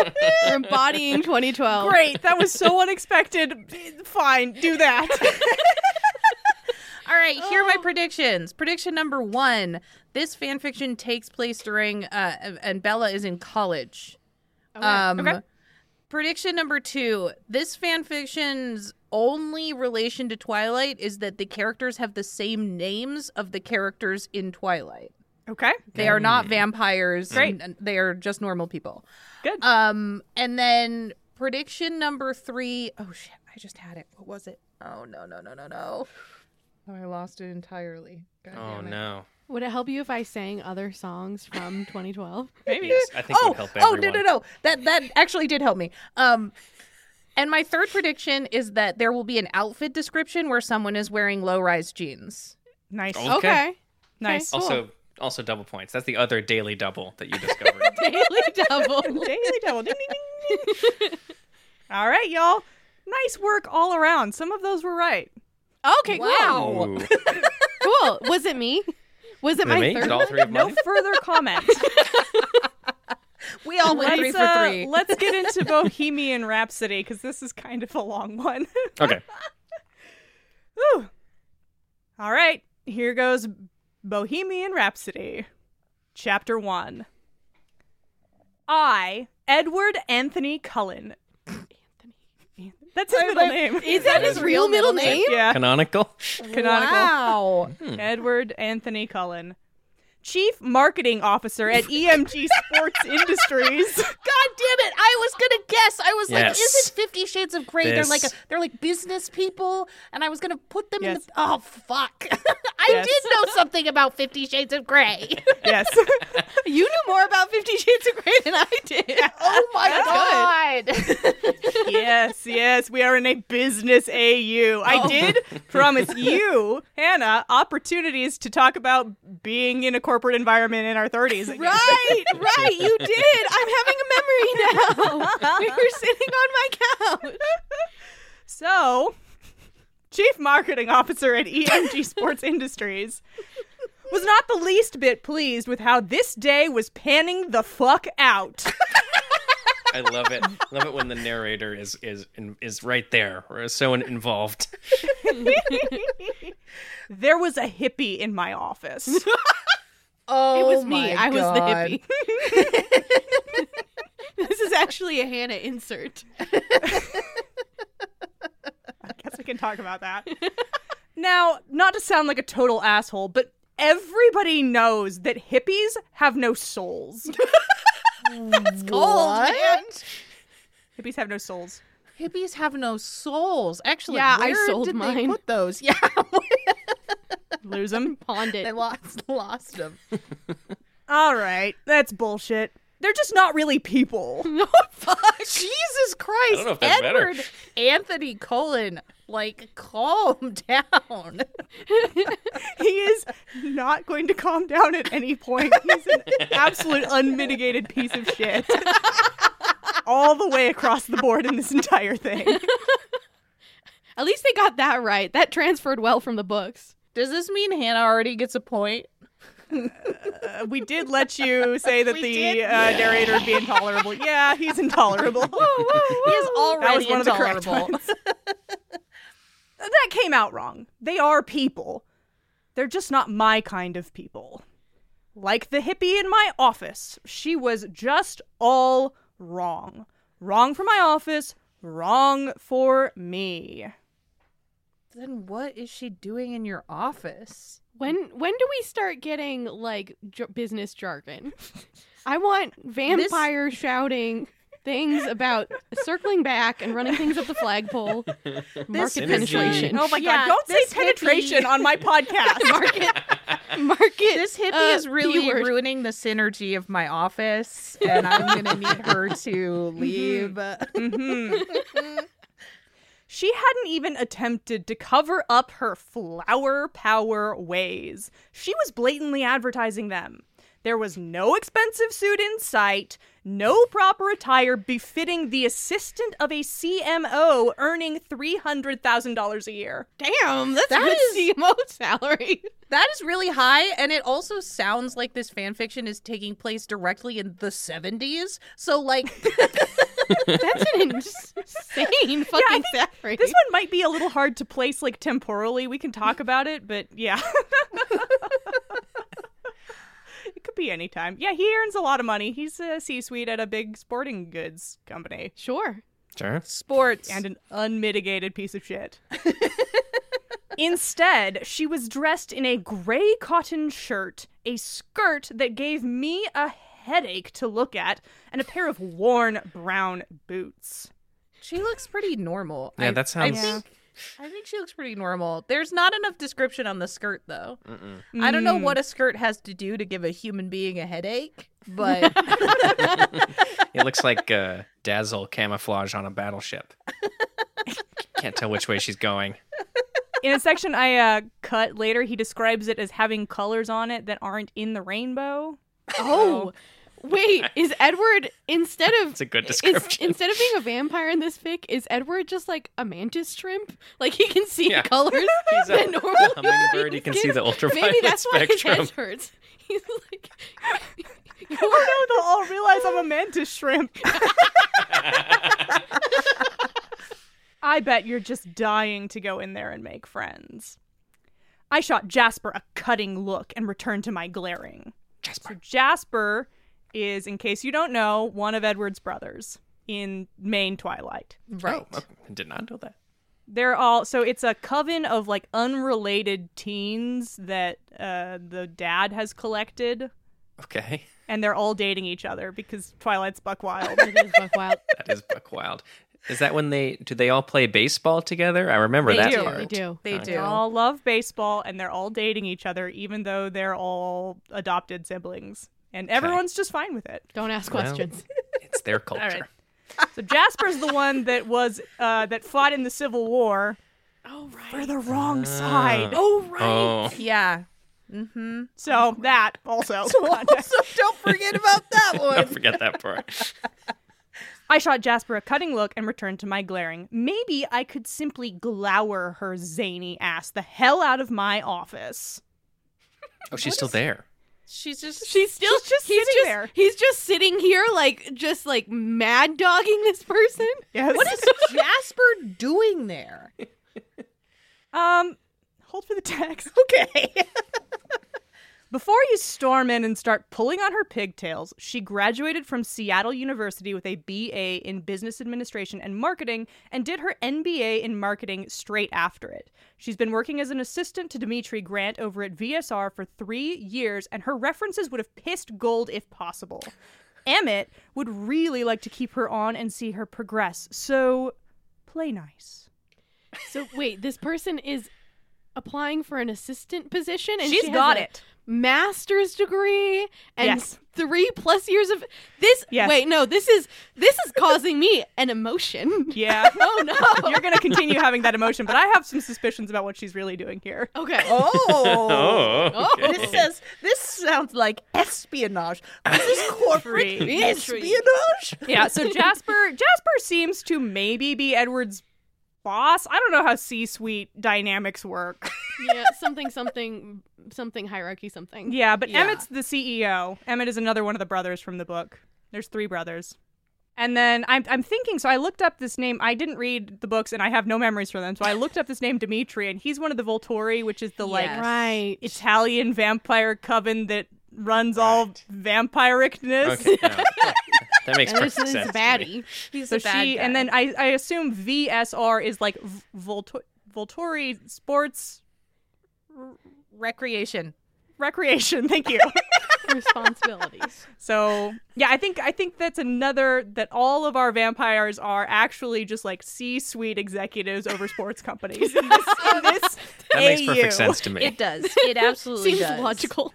[SPEAKER 4] for embodying 2012.
[SPEAKER 1] Great. That was so unexpected. Fine. Do that.
[SPEAKER 2] All right, here are my predictions. Prediction number one: This fan fiction takes place during, uh, and Bella is in college. Um,
[SPEAKER 1] Okay.
[SPEAKER 2] Prediction number two: This fan fiction's only relation to Twilight is that the characters have the same names of the characters in Twilight.
[SPEAKER 1] okay.
[SPEAKER 2] They are not vampires.
[SPEAKER 1] Great.
[SPEAKER 2] and they are just normal people.
[SPEAKER 1] Good.
[SPEAKER 2] Um, and then prediction number three oh shit! I just had it. What was it? Oh no no no no no! Oh, I lost it entirely. God
[SPEAKER 3] Oh
[SPEAKER 2] damn it.
[SPEAKER 3] no.
[SPEAKER 4] Would it help you if I sang other songs from 2012?
[SPEAKER 1] Maybe.
[SPEAKER 3] Yes, I think it
[SPEAKER 2] oh,
[SPEAKER 3] would help
[SPEAKER 2] oh
[SPEAKER 3] everyone.
[SPEAKER 2] no no no! That that actually did help me. Um, and my third prediction is that there will be an outfit description where someone is wearing low-rise jeans.
[SPEAKER 1] Nice.
[SPEAKER 3] Oh,
[SPEAKER 4] Okay.
[SPEAKER 3] Okay.
[SPEAKER 1] Nice.
[SPEAKER 4] cool.
[SPEAKER 3] Also also double points. That's the other daily double that you discovered.
[SPEAKER 4] Daily double.
[SPEAKER 1] Daily Double. Ding, ding, ding, ding. All right, y'all. Nice work all around. Some of those were right.
[SPEAKER 4] Okay,
[SPEAKER 2] Wow.
[SPEAKER 3] Ooh.
[SPEAKER 4] cool. Cool. Was it me? Was it
[SPEAKER 3] Is it
[SPEAKER 4] my
[SPEAKER 3] me? Is
[SPEAKER 4] third?
[SPEAKER 3] it all
[SPEAKER 4] one?
[SPEAKER 3] three of
[SPEAKER 1] No
[SPEAKER 3] mine?
[SPEAKER 1] further comment.
[SPEAKER 2] We all went
[SPEAKER 1] let's,
[SPEAKER 2] three for
[SPEAKER 1] uh,
[SPEAKER 2] three.
[SPEAKER 1] let's get into Bohemian Rhapsody because this is kind of a long one.
[SPEAKER 3] Okay.
[SPEAKER 1] Whew. All right, here goes Bohemian Rhapsody, Chapter 1. I, Edward Anthony Cullen. Anthony. That's his middle name.
[SPEAKER 4] Is that his real middle name?
[SPEAKER 1] Yeah,
[SPEAKER 3] Canonical?
[SPEAKER 1] canonical.
[SPEAKER 2] Wow.
[SPEAKER 1] Edward Anthony Cullen. Chief Marketing Officer at EMG Sports Industries.
[SPEAKER 2] God damn it! I was gonna guess. I was like,
[SPEAKER 3] Yes.
[SPEAKER 2] "Is it Fifty Shades of Grey?" They're
[SPEAKER 3] This.
[SPEAKER 2] like, a, they're like business people, and I was gonna put them in
[SPEAKER 1] Yes.
[SPEAKER 2] the. Oh fuck! I
[SPEAKER 1] Yes.
[SPEAKER 2] did know something about Fifty Shades of Grey.
[SPEAKER 1] Yes.
[SPEAKER 4] You knew more about Fifty Shades of Grey than I did.
[SPEAKER 2] oh my god!
[SPEAKER 1] yes, yes. We are in a business AU. I did promise you, Hannah, opportunities to talk about being in a corporate environment in our 30s. again.
[SPEAKER 4] Right, right, you did. I'm having a memory now. We were sitting on my couch.
[SPEAKER 1] So, Chief Marketing Officer at EMG Sports Industries was not the least bit pleased with how this day was panning the fuck out.
[SPEAKER 3] I love it. love it when the narrator is is is right there or so in- involved.
[SPEAKER 1] There was a hippie in my office.
[SPEAKER 2] Oh,
[SPEAKER 4] It was me.
[SPEAKER 2] my
[SPEAKER 4] I was the
[SPEAKER 2] God.
[SPEAKER 4] hippie. this is actually a Hannah insert.
[SPEAKER 1] I guess we can talk about that. now, not to sound like a total asshole, but everybody knows that hippies have no souls.
[SPEAKER 2] What?
[SPEAKER 1] hippies have no souls.
[SPEAKER 2] Hippies have no souls. Actually,
[SPEAKER 4] Yeah, I
[SPEAKER 2] where
[SPEAKER 4] sold
[SPEAKER 2] did They
[SPEAKER 4] mine.
[SPEAKER 2] put those. Yeah,
[SPEAKER 1] Lose them.
[SPEAKER 4] Pawned it.
[SPEAKER 2] they lost lost them.
[SPEAKER 1] All right, that's bullshit. They're just not really people.
[SPEAKER 4] No,
[SPEAKER 2] Jesus Christ!
[SPEAKER 3] don't know if that's better.
[SPEAKER 2] Edward Anthony Cullen, like calm down.
[SPEAKER 1] he is not going to calm down at any point. He's an absolute unmitigated piece of shit. All the way across the board in this entire thing.
[SPEAKER 4] At least they got that right. That transferred well from the books.
[SPEAKER 2] Does this mean Hannah already gets a point?
[SPEAKER 1] Uh, we did let you say that
[SPEAKER 2] We
[SPEAKER 1] the
[SPEAKER 2] did?
[SPEAKER 1] uh, narrator would be intolerable. Yeah, he's intolerable.
[SPEAKER 2] He is already
[SPEAKER 1] That was one of the correct
[SPEAKER 2] intolerable.
[SPEAKER 1] ones. that came out wrong. They are people. They're just not my kind of people. Like the hippie in my office, she was just all wrong. Wrong for my office, wrong for me.
[SPEAKER 2] Then what is she doing in your office?
[SPEAKER 4] When when do we start getting like j- business jargon? I want vampire shouting things about circling back and running things up the flagpole. market
[SPEAKER 3] hippie-
[SPEAKER 4] penetration.
[SPEAKER 1] Oh my
[SPEAKER 2] Yeah,
[SPEAKER 1] god, don't
[SPEAKER 2] this
[SPEAKER 1] say penetration on my podcast.
[SPEAKER 4] market market.
[SPEAKER 2] This hippie
[SPEAKER 4] uh,
[SPEAKER 2] is really
[SPEAKER 4] B-word.
[SPEAKER 2] ruining the synergy of my office, and I'm gonna need her to leave.
[SPEAKER 1] Mm-hmm. She hadn't even attempted to cover up her flower power ways. She was blatantly advertising them. There was no expensive suit in sight, no proper attire befitting the assistant of a CMO earning $300,000 a year.
[SPEAKER 4] Damn, that's
[SPEAKER 2] That
[SPEAKER 4] a good
[SPEAKER 2] is-
[SPEAKER 4] CMO salary.
[SPEAKER 2] That is really high, and it also sounds like this fan fiction is taking place directly in the 70s. So, like,
[SPEAKER 4] That's an insane fucking salary.
[SPEAKER 1] This one might be a little hard to place like temporally. We can talk about it, but yeah. it could be any time. Yeah, he earns a lot of money. He's a C-suite at a big sporting goods company.
[SPEAKER 4] sure.
[SPEAKER 3] Sure.
[SPEAKER 2] sports.
[SPEAKER 1] and an unmitigated piece of shit. Instead, she was dressed in a gray cotton shirt, a skirt that gave me a headache to look at, and a pair of worn brown boots.
[SPEAKER 2] she looks pretty normal.
[SPEAKER 3] Yeah,
[SPEAKER 2] I-
[SPEAKER 3] that sounds-
[SPEAKER 2] I think, I think she looks pretty normal. There's not enough description on the skirt, though.
[SPEAKER 3] Mm-mm.
[SPEAKER 2] I don't know
[SPEAKER 1] Mm.
[SPEAKER 2] what a skirt has to do to give a human being a headache, but
[SPEAKER 3] It looks like uh, dazzle camouflage on a battleship. Can't tell which way she's going.
[SPEAKER 1] In a section I uh, cut later, he describes it as having colors on it that aren't in the rainbow.
[SPEAKER 4] Oh, wait. Is Edward instead of
[SPEAKER 3] It's a good
[SPEAKER 4] is-
[SPEAKER 3] description.
[SPEAKER 4] instead of being a vampire in this fic, is Edward just like a mantis shrimp? Like he can see
[SPEAKER 3] Yeah.
[SPEAKER 4] colors
[SPEAKER 3] He's a
[SPEAKER 4] that normal
[SPEAKER 3] hummingbird. He can see the ultraviolet
[SPEAKER 4] Maybe that's why
[SPEAKER 3] spectrum.
[SPEAKER 4] his head hurts. He's like,
[SPEAKER 1] Oh no, they'll all realize I'm a mantis shrimp. I bet you're just dying to go in there and make friends. I shot Jasper a cutting look and returned to my glaring. Jasper. So Jasper is, in case you don't know, one of Edward's brothers in main Twilight.
[SPEAKER 2] right.
[SPEAKER 3] Oh, I did not know that.
[SPEAKER 1] They're all so it's a coven of like unrelated teens that uh, the dad has collected,
[SPEAKER 3] Okay.
[SPEAKER 1] and they're all dating each other because Twilight's buck wild.
[SPEAKER 4] It is buck wild.
[SPEAKER 3] That is buck wild. Is that when they do they all play baseball together? I remember
[SPEAKER 4] They
[SPEAKER 3] that
[SPEAKER 4] do.
[SPEAKER 3] part.
[SPEAKER 4] They do.
[SPEAKER 2] They
[SPEAKER 3] Okay.
[SPEAKER 1] They
[SPEAKER 2] do.
[SPEAKER 1] all love baseball and they're all dating each other, even though they're all adopted siblings. And everyone's just fine with it.
[SPEAKER 4] Don't ask
[SPEAKER 3] Well,
[SPEAKER 4] questions.
[SPEAKER 3] It's their culture.
[SPEAKER 1] right. So Jasper's the one that was uh, that fought in the Civil War
[SPEAKER 4] Oh
[SPEAKER 1] for
[SPEAKER 4] right.
[SPEAKER 1] the wrong side.
[SPEAKER 4] Oh right.
[SPEAKER 3] Oh,
[SPEAKER 2] Yeah. Mm-hmm.
[SPEAKER 1] So that also.
[SPEAKER 2] also, don't forget about that
[SPEAKER 3] don't
[SPEAKER 2] one.
[SPEAKER 3] forget that part.
[SPEAKER 1] I shot Jasper a cutting look and returned to my glaring. Maybe I could simply glower her zany ass the hell out of my office.
[SPEAKER 3] Oh, she's still there.
[SPEAKER 2] She's just.
[SPEAKER 4] She's still
[SPEAKER 1] She's just
[SPEAKER 4] he's
[SPEAKER 1] sitting
[SPEAKER 4] just,
[SPEAKER 1] there.
[SPEAKER 4] He's just sitting here, like just like mad dogging this person.
[SPEAKER 1] Yes.
[SPEAKER 2] What is Jasper doing there?
[SPEAKER 1] um hold for the text.
[SPEAKER 2] Okay.
[SPEAKER 1] Before you storm in and start pulling on her pigtails, she graduated from Seattle University with a BA in Business Administration and Marketing and did her MBA in Marketing straight after it. She's been working as an assistant to Dimitri Grant over at VSR for three years, and her references would have pissed gold if possible. Emmett would really like to keep her on and see her progress, so play nice.
[SPEAKER 4] So wait, this person is applying for an assistant position, and
[SPEAKER 1] She's
[SPEAKER 4] she has
[SPEAKER 1] got
[SPEAKER 4] a
[SPEAKER 1] it.
[SPEAKER 4] Master's degree and
[SPEAKER 1] Yes.
[SPEAKER 4] three plus years of this.
[SPEAKER 1] Yes.
[SPEAKER 4] Wait, no, this is this is causing me an emotion.
[SPEAKER 1] Yeah.
[SPEAKER 4] Oh no.
[SPEAKER 1] You're going to continue having that emotion, but I have some suspicions about what she's really doing here.
[SPEAKER 4] okay.
[SPEAKER 2] Oh.
[SPEAKER 3] Oh, okay.
[SPEAKER 2] This says this sounds like espionage. This is corporate
[SPEAKER 1] Free.
[SPEAKER 2] espionage.
[SPEAKER 1] yeah so jasper jasper seems to maybe be edward's boss i don't know how c-suite dynamics work
[SPEAKER 4] yeah, something, something, something hierarchy, something.
[SPEAKER 1] yeah but
[SPEAKER 4] Yeah.
[SPEAKER 1] emmett's the ceo emmett is another one of the brothers from the book there's three brothers and then I'm, I'm thinking so i looked up this name i didn't read the books and i have no memories for them so i looked up this name dimitri and he's one of the volturi which is the like
[SPEAKER 2] Yes.
[SPEAKER 4] Right.
[SPEAKER 1] italian vampire coven that runs all vampiricness
[SPEAKER 3] Okay, no. that makes
[SPEAKER 4] And Oh.
[SPEAKER 3] perfect
[SPEAKER 4] this is
[SPEAKER 3] sense.
[SPEAKER 4] a
[SPEAKER 3] to me.
[SPEAKER 4] baddie.
[SPEAKER 2] He's
[SPEAKER 1] So
[SPEAKER 2] a bad
[SPEAKER 1] she
[SPEAKER 2] guy.
[SPEAKER 1] and then I I assume VSR is like v- Voltu- Volturi Sports
[SPEAKER 2] recreation.
[SPEAKER 1] Recreation. Thank you.
[SPEAKER 4] Responsibilities.
[SPEAKER 1] so yeah, I think I think that's another that all of our vampires are actually just like C-suite executives over sports companies. In this, in this
[SPEAKER 3] That makes
[SPEAKER 1] AU.
[SPEAKER 3] perfect sense to me.
[SPEAKER 2] It does. It absolutely
[SPEAKER 4] Seems
[SPEAKER 2] does.
[SPEAKER 4] logical.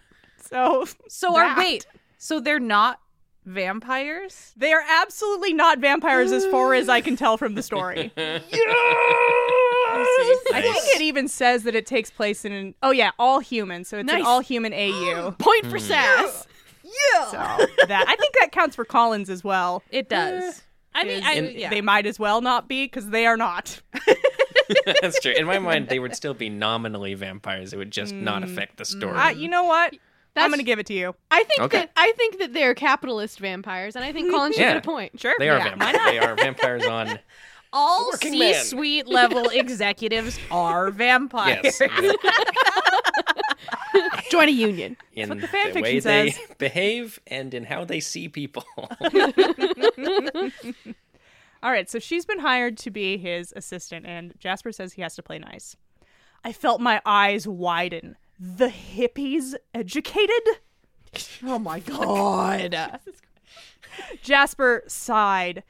[SPEAKER 1] So
[SPEAKER 2] So are
[SPEAKER 1] That.
[SPEAKER 2] wait. So they're not vampires?
[SPEAKER 1] they are absolutely not vampires as far as I can tell from the story. I think it even says that it takes place in an oh yeah, all human. So it's an
[SPEAKER 4] Nice.
[SPEAKER 1] all human AU.
[SPEAKER 4] Point
[SPEAKER 2] Hmm.
[SPEAKER 4] for sass.
[SPEAKER 1] So that I think that counts for Collins as well.
[SPEAKER 2] It does. I mean, I, yeah.
[SPEAKER 1] They might as well not be because they are not.
[SPEAKER 3] That's true. In my mind, they would still be nominally vampires. It would just not
[SPEAKER 4] Mm,
[SPEAKER 3] affect the story.
[SPEAKER 1] I, you know what?
[SPEAKER 4] That's-
[SPEAKER 1] I'm gonna give it to you.
[SPEAKER 4] I think
[SPEAKER 3] Okay.
[SPEAKER 4] that I think that they're capitalist vampires, and I think Colin should
[SPEAKER 3] Yeah.
[SPEAKER 4] get a point.
[SPEAKER 1] Sure,
[SPEAKER 3] they are
[SPEAKER 1] yeah.
[SPEAKER 3] vampires. They are vampires on.
[SPEAKER 2] all
[SPEAKER 3] Working man.
[SPEAKER 2] C-suite level executives are vampires.
[SPEAKER 3] Yes. yeah.
[SPEAKER 4] Join a union.
[SPEAKER 3] In
[SPEAKER 1] what the
[SPEAKER 3] the
[SPEAKER 1] fanfiction
[SPEAKER 3] way they
[SPEAKER 1] says.
[SPEAKER 3] behave and in how they see people.
[SPEAKER 1] All right, so she's been hired to be his assistant, and Jasper says he has to play nice. I felt my eyes widen. The hippies educated?
[SPEAKER 2] Oh my god.
[SPEAKER 1] Jasper sighed.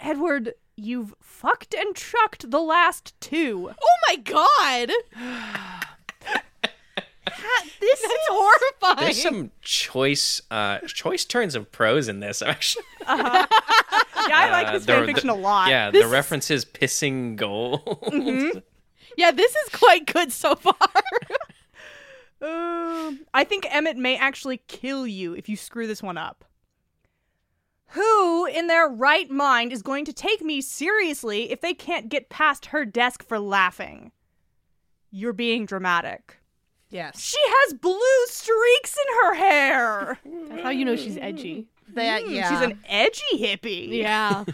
[SPEAKER 1] Edward, you've fucked and chucked the last two.
[SPEAKER 4] Oh my god,
[SPEAKER 2] this is horrifying.
[SPEAKER 3] There's some choice, uh, choice turns of prose in this. Actually,
[SPEAKER 1] Yeah, I like this
[SPEAKER 3] Uh, the-
[SPEAKER 1] fanfiction
[SPEAKER 3] the-
[SPEAKER 1] a lot.
[SPEAKER 3] yeah, the reference is pissing gold.
[SPEAKER 4] yeah, this is quite good so far.
[SPEAKER 1] Um, I think Emmett may actually kill you if you screw this one up. Who in their right mind is going to take me seriously if they can't get past her desk for laughing? You're being dramatic.
[SPEAKER 2] yes.
[SPEAKER 1] She has blue streaks in her hair. Hmm,
[SPEAKER 4] That's how you know she's edgy. Hmm,
[SPEAKER 2] That, yeah.
[SPEAKER 1] She's an edgy hippie.
[SPEAKER 4] Yeah,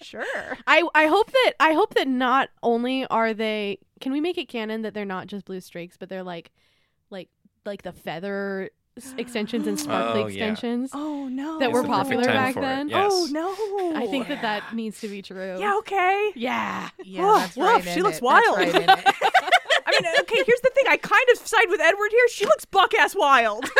[SPEAKER 1] Sure.
[SPEAKER 4] I I hope that I hope that not only are they can we make it canon that they're not just blue streaks, but they're like like like the feather s- extensions and sparkly
[SPEAKER 3] Oh, yeah.
[SPEAKER 4] extensions
[SPEAKER 1] Oh no.
[SPEAKER 4] that
[SPEAKER 3] It's
[SPEAKER 4] were
[SPEAKER 3] the perfect
[SPEAKER 4] popular
[SPEAKER 3] time
[SPEAKER 4] back
[SPEAKER 3] for it,
[SPEAKER 4] then.
[SPEAKER 3] yeah.
[SPEAKER 1] Oh
[SPEAKER 3] Yes.
[SPEAKER 1] no.
[SPEAKER 4] I think that that needs to be true.
[SPEAKER 1] Yeah, okay.
[SPEAKER 4] Yeah.
[SPEAKER 2] Yeah,
[SPEAKER 1] Oh,
[SPEAKER 2] that's
[SPEAKER 1] woof,
[SPEAKER 2] right
[SPEAKER 1] she
[SPEAKER 2] in
[SPEAKER 1] looks
[SPEAKER 2] it. That's
[SPEAKER 1] wild.
[SPEAKER 2] right in it.
[SPEAKER 1] I mean, okay, here's the thing. I kind of side with Edward here. She looks buck ass wild.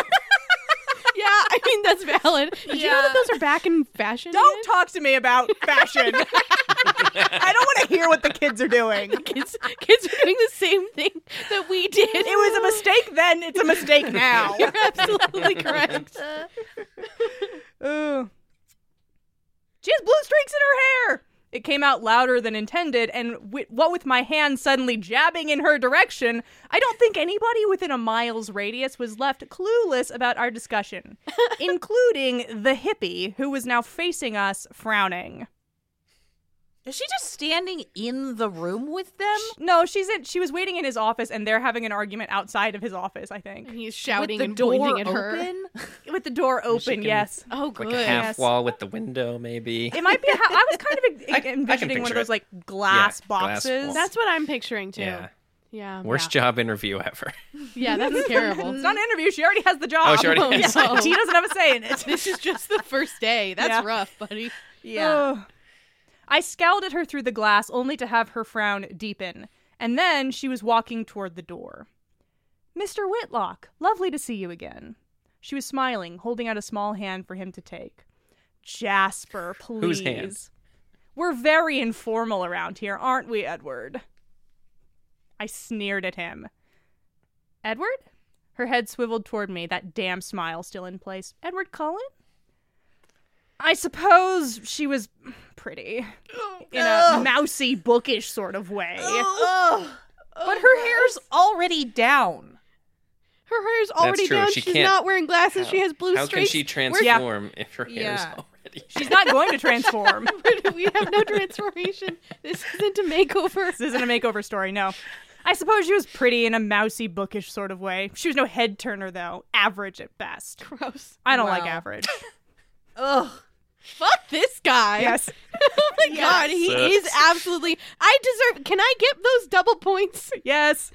[SPEAKER 4] yeah, I mean, that's valid. Did you know that those are back in fashion?
[SPEAKER 1] Don't talk to me about fashion. I don't want to hear what the kids are doing. It
[SPEAKER 4] kids, kids are doing the same thing that we did.
[SPEAKER 1] was a mistake then, it's a mistake now.
[SPEAKER 4] You're absolutely correct.
[SPEAKER 1] Ugh. She has blue streaks in her hair. It came out louder than intended, and wi what with my hand suddenly jabbing in her direction, I don't think anybody within a mile's radius was left clueless about our discussion, including the hippie who was now facing us, frowning.
[SPEAKER 2] Is she just standing in the room with them?
[SPEAKER 1] No, she's in. She was waiting in his office, and they're having an argument outside of his office. I think
[SPEAKER 4] He's shouting
[SPEAKER 2] with the
[SPEAKER 4] and
[SPEAKER 2] door
[SPEAKER 4] pointing at her.
[SPEAKER 2] open?
[SPEAKER 1] with the door
[SPEAKER 3] She
[SPEAKER 1] open.
[SPEAKER 3] can-
[SPEAKER 1] Yes,
[SPEAKER 4] Oh,
[SPEAKER 3] like
[SPEAKER 4] good.
[SPEAKER 3] a half
[SPEAKER 1] Yes.
[SPEAKER 3] wall with the window, maybe.
[SPEAKER 1] it might be. A ha- I was kind of
[SPEAKER 3] I- I can
[SPEAKER 1] envisioning one
[SPEAKER 3] picture
[SPEAKER 1] of those
[SPEAKER 3] it.
[SPEAKER 1] like glass
[SPEAKER 3] Yeah, glass
[SPEAKER 1] boxes.
[SPEAKER 3] wall.
[SPEAKER 4] That's what I'm picturing too.
[SPEAKER 3] Yeah.
[SPEAKER 4] Yeah.
[SPEAKER 3] Worst job interview ever.
[SPEAKER 4] Yeah, that's terrible.
[SPEAKER 1] It's not an interview. She already has the job.
[SPEAKER 3] Oh, she already Oh. has
[SPEAKER 4] it.
[SPEAKER 1] Yeah. she doesn't have a say in it.
[SPEAKER 4] this is just the first day. That's
[SPEAKER 1] Yeah.
[SPEAKER 4] rough, buddy.
[SPEAKER 1] Ugh. I scowled at her through the glass only to have her frown deepen, and then she was walking toward the door. Mr. Whitlock, lovely to see you again. She was smiling, holding out a small hand for him to take. Jasper, please.
[SPEAKER 3] Whose hand?
[SPEAKER 1] We're very informal around here, aren't we, Edward? I sneered at him. Edward? Her head swiveled toward me, that damn smile still in place. Edward Cullen? I suppose she was pretty in a mousy, bookish sort of way.
[SPEAKER 2] Ugh. But her hair's already down.
[SPEAKER 4] Her hair's already
[SPEAKER 3] true.
[SPEAKER 4] down.
[SPEAKER 3] She
[SPEAKER 4] She's
[SPEAKER 3] can't-
[SPEAKER 4] not wearing glasses. she
[SPEAKER 3] How-
[SPEAKER 4] has blue
[SPEAKER 3] How can
[SPEAKER 4] streaks.
[SPEAKER 3] she
[SPEAKER 1] Yeah.
[SPEAKER 3] transform if her hair is
[SPEAKER 2] Yeah.
[SPEAKER 3] already?
[SPEAKER 1] She's not going to transform.
[SPEAKER 4] we have no transformation. This isn't a makeover.
[SPEAKER 1] this isn't a makeover story, no. I suppose she was pretty in a mousy, bookish sort of way. She was no head turner, though. Average at best.
[SPEAKER 4] Gross.
[SPEAKER 1] I don't like
[SPEAKER 2] Wow.
[SPEAKER 1] average.
[SPEAKER 2] Ugh.
[SPEAKER 4] Fuck this guy.
[SPEAKER 1] yes.
[SPEAKER 4] oh my god, he
[SPEAKER 3] Yes.
[SPEAKER 4] is absolutely. I deserve. Can I get those double points?
[SPEAKER 1] Yes.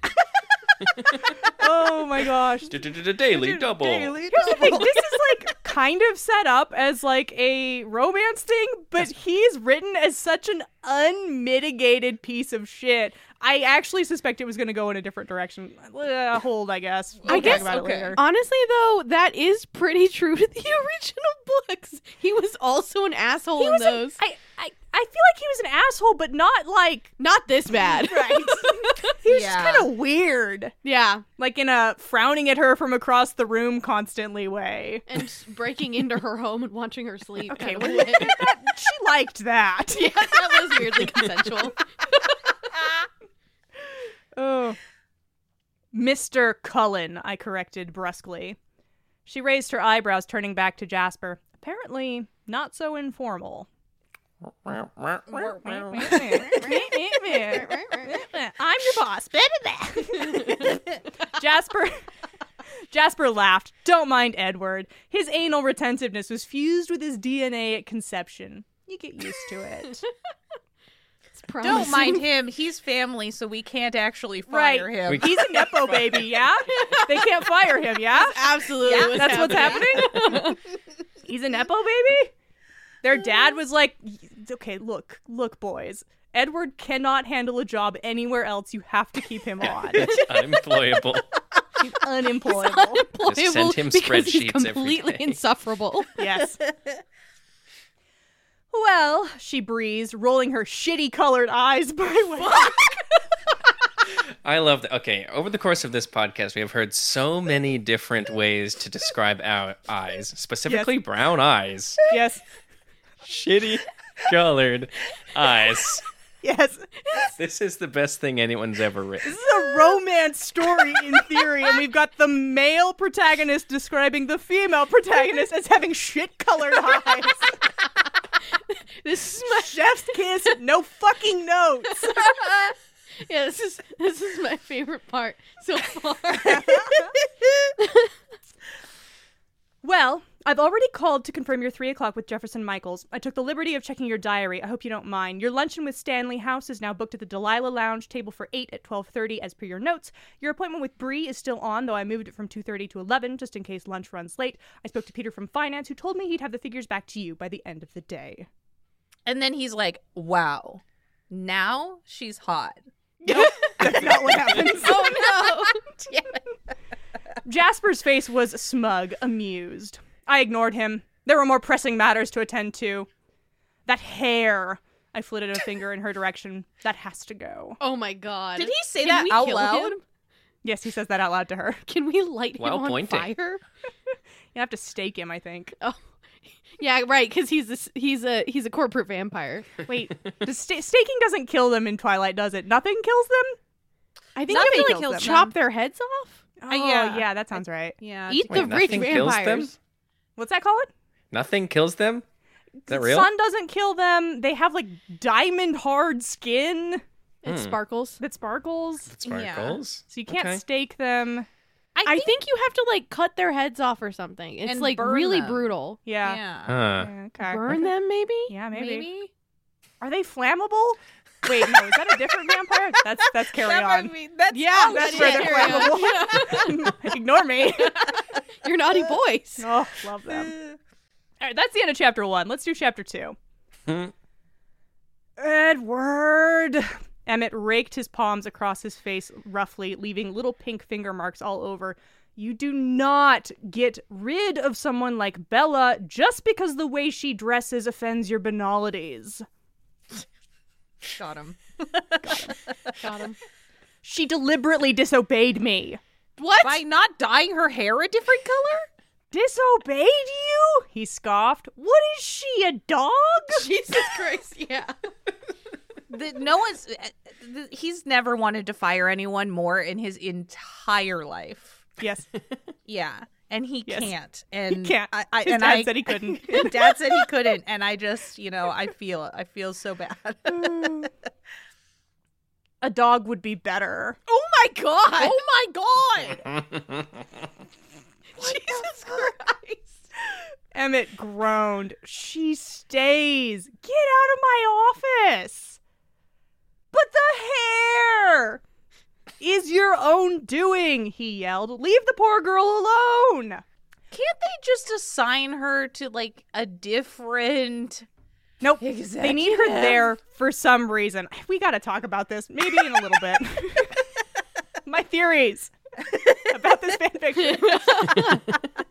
[SPEAKER 1] oh my gosh.
[SPEAKER 3] Daily double.
[SPEAKER 1] Here's the thing. This is like kind of set up as like a romance thing, but he's written as such an unmitigated piece of shit. I actually suspect it was going to go in a different direction. Uh, hold, I guess. We'll
[SPEAKER 4] I
[SPEAKER 1] talk
[SPEAKER 4] guess-
[SPEAKER 1] about
[SPEAKER 2] okay.
[SPEAKER 1] it later.
[SPEAKER 4] Honestly, though, that is pretty true to the original books. He was also an asshole
[SPEAKER 1] He
[SPEAKER 4] in
[SPEAKER 1] was an-
[SPEAKER 4] those.
[SPEAKER 1] I, I, I feel like he was an asshole, but not like
[SPEAKER 4] Not this bad.
[SPEAKER 1] he was
[SPEAKER 2] Yeah.
[SPEAKER 1] just kind of weird,
[SPEAKER 4] yeah.
[SPEAKER 1] like in a frowning at her from across the room constantly way.
[SPEAKER 4] And s- breaking into her home and watching her sleep.
[SPEAKER 1] Okay,
[SPEAKER 4] kind of
[SPEAKER 1] well,
[SPEAKER 4] way.
[SPEAKER 1] she liked that.
[SPEAKER 4] yeah, that was weirdly consensual.
[SPEAKER 1] Oh. Mr. Cullen, I corrected brusquely. She raised her eyebrows, turning back to Jasper. Apparently, not so informal. I'm your boss. Better that. Jasper. Jasper laughed. Don't mind Edward. His anal retentiveness was fused with his DNA at conception. You get used to it.
[SPEAKER 4] It's promising.
[SPEAKER 2] Don't mind him. He's family, so we can't actually
[SPEAKER 1] Right.
[SPEAKER 2] fire him.
[SPEAKER 3] We-
[SPEAKER 1] He's a Nepo baby, yeah? They can't fire him, yeah?
[SPEAKER 4] Absolutely. what's
[SPEAKER 1] That's what's happening? He's a Nepo baby? Their dad was like, okay, look, look, boys. Edward cannot handle a job anywhere else. You have to keep him on.
[SPEAKER 3] Unemployable.
[SPEAKER 1] He's unemployable.
[SPEAKER 4] Unemployable
[SPEAKER 3] Just send him
[SPEAKER 4] because
[SPEAKER 3] spreadsheets every
[SPEAKER 4] he's completely
[SPEAKER 3] day.
[SPEAKER 4] insufferable.
[SPEAKER 1] yes. Well, she breezed, rolling her shitty colored eyes by way.
[SPEAKER 3] I love that. Okay, over the course of this podcast, we have heard so many different ways to describe our eyes, specifically brown eyes,
[SPEAKER 1] yes.
[SPEAKER 3] shitty colored eyes.
[SPEAKER 1] Yes.
[SPEAKER 3] This is the best thing anyone's ever written.
[SPEAKER 1] This is a romance story in theory, and we've got the male protagonist describing the female protagonist as having shit colored eyes.
[SPEAKER 4] This is my
[SPEAKER 1] Chef's kiss, no fucking notes.
[SPEAKER 4] yeah, this is this is my favorite part so far.
[SPEAKER 1] Well, I've already called to confirm your three o'clock with Jefferson Michaels. I took the liberty of checking your diary. I hope you don't mind. Your luncheon with Stanley House is now booked at the Delilah Lounge, table for eight at twelve thirty, as per your notes. Your appointment with Bree is still on, though I moved it from two thirty to eleven, just in case lunch runs late. I spoke to Peter from finance, who told me he'd have the figures back to you by the end of the day.
[SPEAKER 2] And then he's like, wow, now she's hot.
[SPEAKER 1] That's not what happens.
[SPEAKER 4] oh no.
[SPEAKER 1] Jasper's face was smug, amused. I ignored him. There were more pressing matters to attend to. That hair. I flitted a finger in her direction. That has to go.
[SPEAKER 4] Oh my god.
[SPEAKER 2] Did he say
[SPEAKER 4] Can
[SPEAKER 2] that
[SPEAKER 4] we
[SPEAKER 2] out
[SPEAKER 4] kill
[SPEAKER 2] loud?
[SPEAKER 4] him?
[SPEAKER 1] Yes, he says that out loud to her.
[SPEAKER 4] Can we light him
[SPEAKER 3] Well
[SPEAKER 4] on
[SPEAKER 3] pointed.
[SPEAKER 4] fire?
[SPEAKER 1] You have to stake him, I think.
[SPEAKER 4] Yeah, right. Because he's a, s- he's a he's a corporate vampire.
[SPEAKER 1] Wait, does sta- staking doesn't kill them in Twilight, does it? Nothing kills them.
[SPEAKER 4] I think
[SPEAKER 1] Nothing
[SPEAKER 4] you have
[SPEAKER 1] kills
[SPEAKER 4] to
[SPEAKER 1] them.
[SPEAKER 4] like chop their heads off.
[SPEAKER 1] Oh
[SPEAKER 2] Uh, yeah.
[SPEAKER 1] yeah, that sounds right.
[SPEAKER 2] Yeah.
[SPEAKER 4] Eat
[SPEAKER 3] Wait,
[SPEAKER 4] the rich
[SPEAKER 3] nothing kills them?
[SPEAKER 4] vampires.
[SPEAKER 1] What's that called?
[SPEAKER 3] Nothing kills them? Is that real?
[SPEAKER 1] Sun doesn't kill them. They have like diamond hard skin
[SPEAKER 4] It
[SPEAKER 3] Hmm.
[SPEAKER 4] sparkles.
[SPEAKER 1] that sparkles,
[SPEAKER 3] Sparkles?
[SPEAKER 1] so you can't
[SPEAKER 3] Okay.
[SPEAKER 1] stake them.
[SPEAKER 4] I think, you have to like cut their heads off or something. It's
[SPEAKER 2] And
[SPEAKER 4] like
[SPEAKER 2] burn
[SPEAKER 4] really
[SPEAKER 2] them.
[SPEAKER 4] brutal.
[SPEAKER 1] Yeah.
[SPEAKER 3] Huh.
[SPEAKER 1] Yeah, okay.
[SPEAKER 4] Burn them maybe?
[SPEAKER 1] Yeah, maybe. Are they flammable? Wait, no, is that a different vampire? That's that's carry
[SPEAKER 2] That
[SPEAKER 1] on.
[SPEAKER 2] might be- that's oh,
[SPEAKER 1] Yeah,
[SPEAKER 2] all
[SPEAKER 1] that's
[SPEAKER 2] it
[SPEAKER 1] where
[SPEAKER 2] is.
[SPEAKER 1] they're flammable. Ignore me.
[SPEAKER 4] Your naughty boys.
[SPEAKER 1] Oh, love them. Uh, All right, that's the end of chapter one. Let's do chapter two.
[SPEAKER 3] Hmm.
[SPEAKER 1] Edward. Emmett raked his palms across his face roughly, leaving little pink finger marks all over. You do not get rid of someone like Bella just because the way she dresses offends your banalities.
[SPEAKER 2] Got him.
[SPEAKER 4] Got him.
[SPEAKER 1] She deliberately disobeyed me.
[SPEAKER 2] What? By not dyeing her hair a different color?
[SPEAKER 1] Disobeyed you? He scoffed. What is she, a dog?
[SPEAKER 4] Jesus Christ. Yeah.
[SPEAKER 2] The, no one's. uh, th- He's never wanted to fire anyone more in his entire life.
[SPEAKER 1] Yes.
[SPEAKER 2] Yeah, and he
[SPEAKER 1] Yes.
[SPEAKER 2] can't. And
[SPEAKER 1] can't.
[SPEAKER 2] I, I,
[SPEAKER 1] His
[SPEAKER 2] and
[SPEAKER 1] dad
[SPEAKER 2] I,
[SPEAKER 1] said he couldn't.
[SPEAKER 2] his dad said he couldn't, and I just, you know, I feel, I feel so bad. oh
[SPEAKER 1] a dog would be better.
[SPEAKER 2] my god! Oh my god!
[SPEAKER 4] Jesus Christ.
[SPEAKER 1] Emmett groaned. She stays. Get out of my office. But the hair is your own doing, he yelled. Leave the poor girl alone.
[SPEAKER 2] Can't they just assign her to like a different?
[SPEAKER 1] Nope. They need her there for some reason. We got to talk about this maybe in a little bit. my theories about this fanfiction.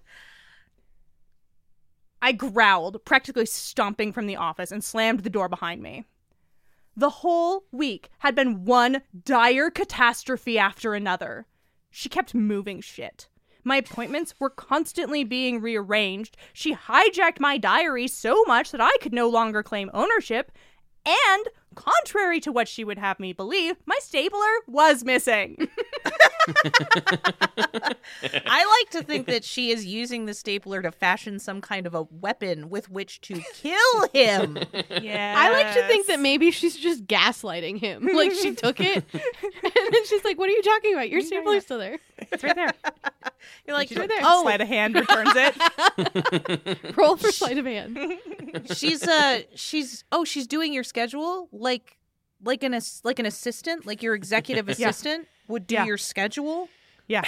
[SPEAKER 1] I growled, practically stomping from the office, and slammed the door behind me. The whole week had been one dire catastrophe after another. She kept moving shit. My appointments were constantly being rearranged. She hijacked my diary so much that I could no longer claim ownership. And, contrary to what she would have me believe, my stapler was missing.
[SPEAKER 2] I like to think that she is using the stapler to fashion some kind of a weapon with which to kill him.
[SPEAKER 1] Yeah.
[SPEAKER 4] I like to think that maybe she's just gaslighting him. Like she took it and then she's like, What are you talking about? Your stapler's still there.
[SPEAKER 1] it's right there.
[SPEAKER 2] You're like,
[SPEAKER 1] Right there.
[SPEAKER 2] Oh.
[SPEAKER 1] Sleight of hand returns it.
[SPEAKER 4] Roll for sleight of hand.
[SPEAKER 2] she's uh she's oh she's doing your schedule like like an ass- like an assistant like your executive assistant would do
[SPEAKER 1] Yeah.
[SPEAKER 2] your schedule
[SPEAKER 1] Yeah.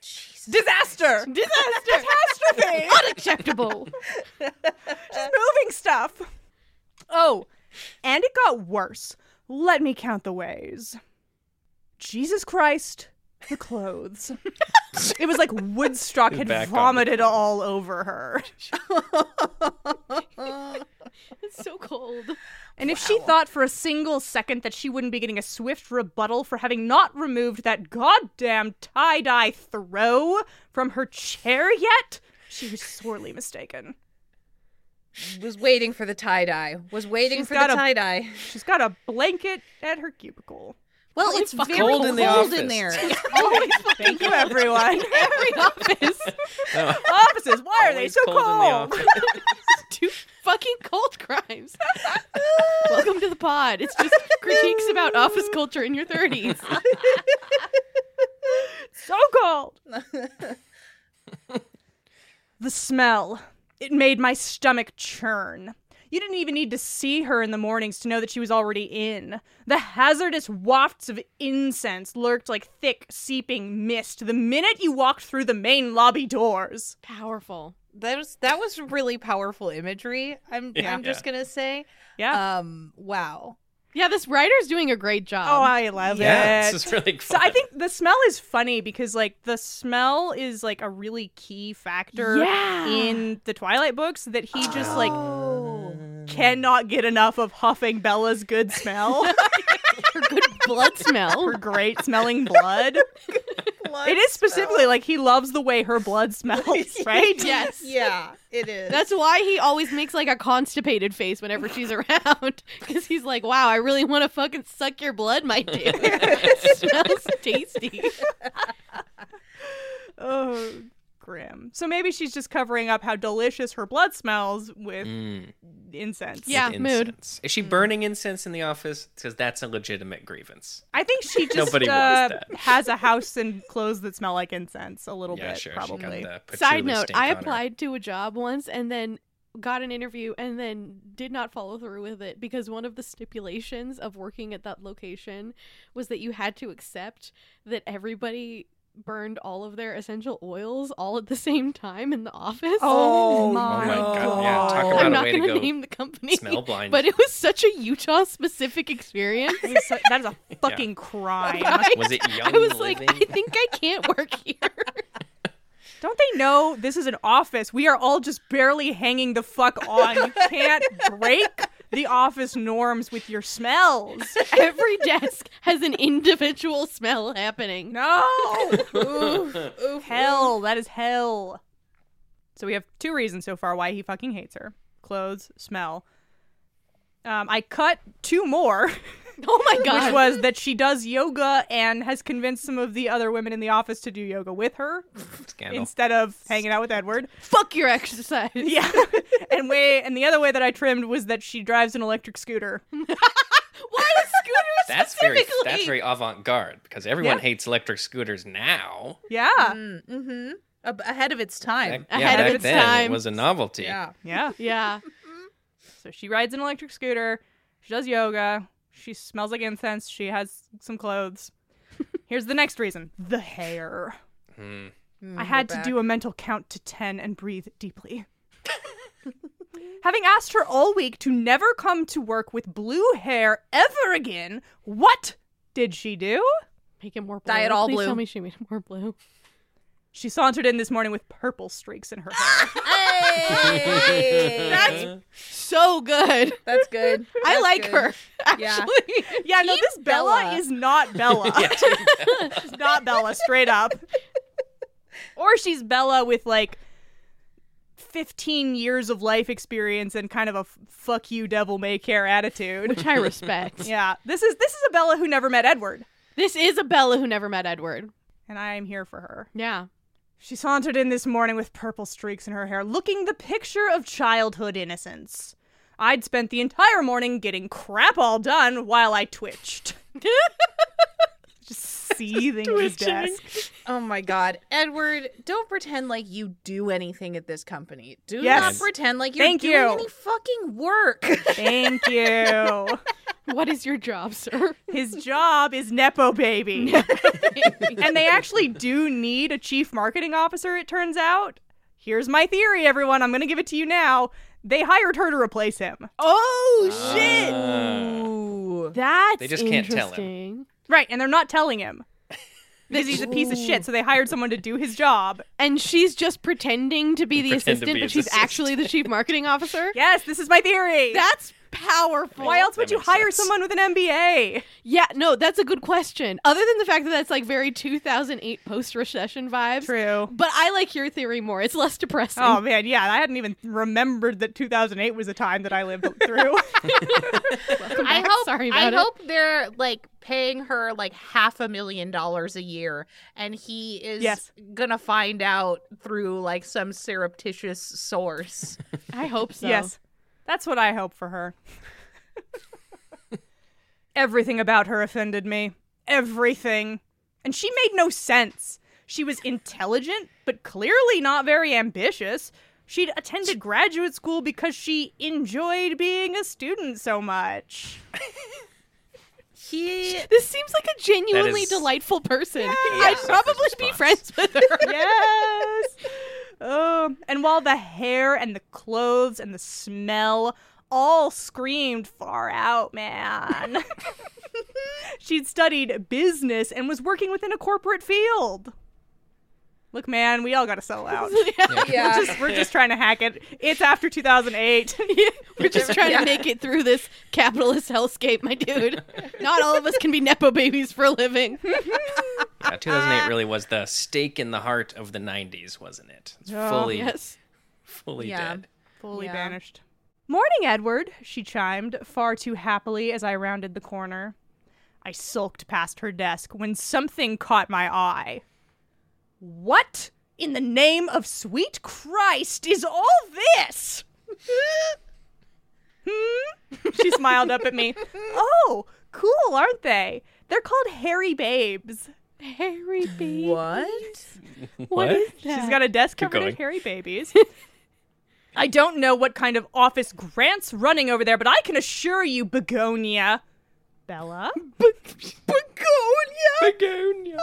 [SPEAKER 2] Jesus.
[SPEAKER 1] Disaster.
[SPEAKER 4] Disaster.
[SPEAKER 1] Catastrophe.
[SPEAKER 4] Unacceptable.
[SPEAKER 1] moving stuff. Oh, and it got worse. Let me count the ways. Jesus Christ, the clothes. it was like Woodstock had
[SPEAKER 3] Back on the
[SPEAKER 1] vomited all over her.
[SPEAKER 4] It's so cold.
[SPEAKER 1] And if she thought for a single second that she wouldn't be getting a swift rebuttal for having not removed that goddamn tie dye throw from her chair yet, she was sorely mistaken.
[SPEAKER 2] was waiting for the tie dye was waiting
[SPEAKER 1] She's
[SPEAKER 2] for
[SPEAKER 1] got
[SPEAKER 2] the
[SPEAKER 1] a-
[SPEAKER 2] tie dye
[SPEAKER 1] She's got a blanket at her cubicle.
[SPEAKER 2] well it's very
[SPEAKER 3] Cold
[SPEAKER 2] cold
[SPEAKER 3] in
[SPEAKER 2] in,
[SPEAKER 3] the office.
[SPEAKER 2] there
[SPEAKER 1] Thank you, everyone.
[SPEAKER 4] Every office.
[SPEAKER 3] Oh,
[SPEAKER 1] offices. Why are they
[SPEAKER 3] always
[SPEAKER 1] so
[SPEAKER 3] cold in the
[SPEAKER 1] cold?
[SPEAKER 3] office.
[SPEAKER 4] Two fucking cold crimes. Welcome to the pod. It's just critiques about office culture in your 30s.
[SPEAKER 1] so cold. the smell. It made my stomach churn. You didn't even need to see her in the mornings to know that she was already in. The hazardous wafts of incense lurked like thick, seeping mist the minute you walked through the main lobby doors.
[SPEAKER 4] Powerful.
[SPEAKER 2] that was that was really powerful imagery i'm
[SPEAKER 3] Yeah.
[SPEAKER 2] i'm just gonna say
[SPEAKER 1] Yeah.
[SPEAKER 2] um wow
[SPEAKER 4] Yeah, this writer's doing a great job.
[SPEAKER 1] Oh, I love
[SPEAKER 3] yeah,
[SPEAKER 1] it.
[SPEAKER 3] this is really
[SPEAKER 1] So
[SPEAKER 3] fun.
[SPEAKER 1] I think the smell is funny because like the smell is like a really key factor
[SPEAKER 4] Yeah.
[SPEAKER 2] Ah.
[SPEAKER 1] in the Twilight books that he just like
[SPEAKER 3] Oh.
[SPEAKER 2] Oh.
[SPEAKER 1] cannot get enough of huffing Bella's good smell,
[SPEAKER 4] her good blood smell.
[SPEAKER 1] her great smelling blood.
[SPEAKER 2] Blood
[SPEAKER 1] It is
[SPEAKER 2] smell.
[SPEAKER 1] specifically like he loves the way her blood smells, right?
[SPEAKER 4] yes.
[SPEAKER 2] Yeah, it is.
[SPEAKER 4] That's why he always makes like a constipated face whenever she's around. Because he's like, wow, I really want to fucking suck your blood, my dude. it smells tasty.
[SPEAKER 1] Oh, grim. So maybe she's just covering up how delicious her blood smells with
[SPEAKER 3] Mm,
[SPEAKER 1] incense.
[SPEAKER 4] Yeah.
[SPEAKER 3] with
[SPEAKER 4] mood. Mm.
[SPEAKER 3] incense. Is she burning incense in the office? Because that's a legitimate grievance.
[SPEAKER 1] I think she just
[SPEAKER 3] Nobody
[SPEAKER 1] uh,
[SPEAKER 3] wants that.
[SPEAKER 1] has a house and clothes that smell like incense a little
[SPEAKER 3] yeah,
[SPEAKER 1] bit,
[SPEAKER 3] sure.
[SPEAKER 1] probably.
[SPEAKER 3] She got the
[SPEAKER 4] Side
[SPEAKER 3] patchouli
[SPEAKER 4] note,
[SPEAKER 3] stink
[SPEAKER 4] I
[SPEAKER 3] on her.
[SPEAKER 4] applied to a job once and then got an interview and then did not follow through with it because one of the stipulations of working at that location was that you had to accept that everybody burned all of their essential oils all at the same time in the office.
[SPEAKER 1] Oh,
[SPEAKER 3] Oh
[SPEAKER 1] my
[SPEAKER 3] my
[SPEAKER 1] God.
[SPEAKER 3] god! Yeah, talk about
[SPEAKER 4] I'm
[SPEAKER 3] a
[SPEAKER 4] not
[SPEAKER 3] way
[SPEAKER 4] going
[SPEAKER 3] to
[SPEAKER 4] to
[SPEAKER 3] go
[SPEAKER 4] name the company.
[SPEAKER 3] smell blind.
[SPEAKER 4] But it was such a Utah specific experience.
[SPEAKER 1] That is su- that is a fucking crime.
[SPEAKER 4] Right?
[SPEAKER 3] was it young
[SPEAKER 4] I was like,
[SPEAKER 3] living?
[SPEAKER 4] I think I can't work here.
[SPEAKER 1] Don't they know this is an office? We are all just barely hanging the fuck on. You can't break the office norms with your smells.
[SPEAKER 4] Every desk has an individual smell happening.
[SPEAKER 1] No.
[SPEAKER 2] oof, oof, oof.
[SPEAKER 1] hell. That is hell. So we have two reasons so far why he fucking hates her clothes, smell. Um, I cut two more,
[SPEAKER 4] Oh my god.
[SPEAKER 1] which was that she does yoga and has convinced some of the other women in the office to do yoga with her
[SPEAKER 3] Scandal.
[SPEAKER 1] instead of hanging out with Edward.
[SPEAKER 4] fuck your exercise.
[SPEAKER 1] Yeah. and way and the other way that I trimmed was that she drives an electric scooter.
[SPEAKER 4] Why is scooters
[SPEAKER 3] That's very
[SPEAKER 4] specifically?
[SPEAKER 3] that's very avant garde because everyone
[SPEAKER 1] Yeah.
[SPEAKER 3] hates electric scooters now.
[SPEAKER 1] Yeah.
[SPEAKER 2] Mm, mhm. Ab- Ahead of its time.
[SPEAKER 3] Back- yeah,
[SPEAKER 4] Ahead of
[SPEAKER 3] back
[SPEAKER 4] its
[SPEAKER 3] then
[SPEAKER 4] time.
[SPEAKER 3] it was a novelty.
[SPEAKER 2] Yeah.
[SPEAKER 1] Yeah.
[SPEAKER 4] Yeah.
[SPEAKER 1] So she rides an electric scooter. She does yoga. She smells like incense. She has some clothes. Here's the next reason. The hair.
[SPEAKER 3] Hmm.
[SPEAKER 1] I had to do a mental count to 10 and breathe deeply. Having asked her all week to never come to work with blue hair ever again, what did she do?
[SPEAKER 4] Make it more blue.
[SPEAKER 2] Dye it all
[SPEAKER 4] Please
[SPEAKER 2] blue.
[SPEAKER 4] Tell me she made it more blue.
[SPEAKER 1] She sauntered in this morning with purple streaks in her hair.
[SPEAKER 2] Hey! that's
[SPEAKER 3] Uh-huh.
[SPEAKER 4] So good.
[SPEAKER 2] that's good.
[SPEAKER 4] I
[SPEAKER 2] That's
[SPEAKER 4] like
[SPEAKER 2] good.
[SPEAKER 4] her.
[SPEAKER 2] Yeah.
[SPEAKER 4] Actually.
[SPEAKER 1] Yeah, no, this Bella,
[SPEAKER 2] Bella.
[SPEAKER 1] is not Bella. she's not Bella, straight up. Or she's Bella with like 15 years of life experience and kind of a f- fuck you, devil may care attitude.
[SPEAKER 4] Which I respect.
[SPEAKER 1] yeah, this is this is a Bella who never met Edward,
[SPEAKER 4] This is a Bella who never met Edward.
[SPEAKER 1] and I am here for her.
[SPEAKER 4] Yeah.
[SPEAKER 1] She sauntered in this morning with purple streaks in her hair, looking the picture of childhood innocence. I'd spent the entire morning getting crap all done while I twitched. Just seething his desk.
[SPEAKER 2] Oh my God, Edward! Don't pretend like you do anything at this company. Do
[SPEAKER 1] Yes.
[SPEAKER 2] not pretend like you're
[SPEAKER 1] Thank
[SPEAKER 2] doing
[SPEAKER 1] you.
[SPEAKER 2] any fucking work.
[SPEAKER 1] Thank you.
[SPEAKER 4] What is your job, sir?
[SPEAKER 1] His job is Nepo Baby. and they actually do need a chief marketing officer, it turns out. Here's my theory, everyone. I'm going to give it to you now. They hired her to replace him.
[SPEAKER 4] Oh
[SPEAKER 3] Ah.
[SPEAKER 4] That's
[SPEAKER 3] They just can't tell him.
[SPEAKER 4] interesting.
[SPEAKER 1] Right. And they're not telling him because he's a piece of shit. So they hired someone to do his job.
[SPEAKER 4] And she's just pretending to be the
[SPEAKER 3] Pretend to
[SPEAKER 4] assistant,
[SPEAKER 3] be
[SPEAKER 4] but
[SPEAKER 3] his
[SPEAKER 4] she's actually the chief marketing officer.
[SPEAKER 1] Yes, this is my theory.
[SPEAKER 4] That's powerful.
[SPEAKER 1] Why else would
[SPEAKER 3] That
[SPEAKER 1] you
[SPEAKER 3] makes
[SPEAKER 1] hire
[SPEAKER 3] sense.
[SPEAKER 1] someone with an MBA?
[SPEAKER 4] Yeah, no, that's a good question. Other than the fact that that's like very 2008 post recession vibes.
[SPEAKER 1] True.
[SPEAKER 4] But I like your theory more. It's less depressing.
[SPEAKER 1] Oh man, yeah, I hadn't even remembered that 2008 was a time that I lived through.
[SPEAKER 4] Welcome
[SPEAKER 2] I
[SPEAKER 4] back.
[SPEAKER 2] hope.
[SPEAKER 4] Sorry
[SPEAKER 2] I
[SPEAKER 4] about it.
[SPEAKER 2] hope they're like paying her like half a million dollars a year, and he is
[SPEAKER 1] Yes.
[SPEAKER 2] gonna find out through like some surreptitious source.
[SPEAKER 4] I hope so.
[SPEAKER 1] Yes. That's what I hope for her. Everything about her offended me. Everything. And she made no sense. She was intelligent, but clearly not very ambitious. She'd attended graduate school because she enjoyed being a student so much.
[SPEAKER 2] he
[SPEAKER 4] This seems like a genuinely
[SPEAKER 3] is-
[SPEAKER 4] delightful person.
[SPEAKER 3] Yeah,
[SPEAKER 4] I'd
[SPEAKER 3] Sophia's
[SPEAKER 4] probably be
[SPEAKER 3] response.
[SPEAKER 4] friends with her.
[SPEAKER 1] Oh, yes. Um, and while the hair and the clothes and the smell all screamed far out, man. She'd studied business and was working within a corporate field. Look, man, we all got to sell out.
[SPEAKER 2] Yeah.
[SPEAKER 1] We're just, we're just trying to hack it. It's after 2008.
[SPEAKER 4] We're just trying to make it through this capitalist hellscape, my dude. Not all of us can be nepo babies for a living.
[SPEAKER 3] Yeah, 2008 really was the stake in the heart of the 90s, wasn't it? It's fully,
[SPEAKER 4] Oh, Yes.
[SPEAKER 3] fully
[SPEAKER 2] Yeah.
[SPEAKER 3] dead.
[SPEAKER 1] Fully
[SPEAKER 2] Yeah.
[SPEAKER 1] banished. Morning, Edward, she chimed, far too happily as I rounded the corner. I sulked past her desk when something caught my eye. What in the name of sweet Christ is all this? hmm? She smiled up at me. Oh, cool, aren't they? They're called hairy babes.
[SPEAKER 4] Harry B.
[SPEAKER 2] What?
[SPEAKER 4] what is that?
[SPEAKER 1] She's got a desk covered in
[SPEAKER 3] going.
[SPEAKER 1] hairy babies. I don't know what kind of office Grant's running over there, but I can assure you, Begonia. Bella?
[SPEAKER 2] Begonia.
[SPEAKER 3] Begonia.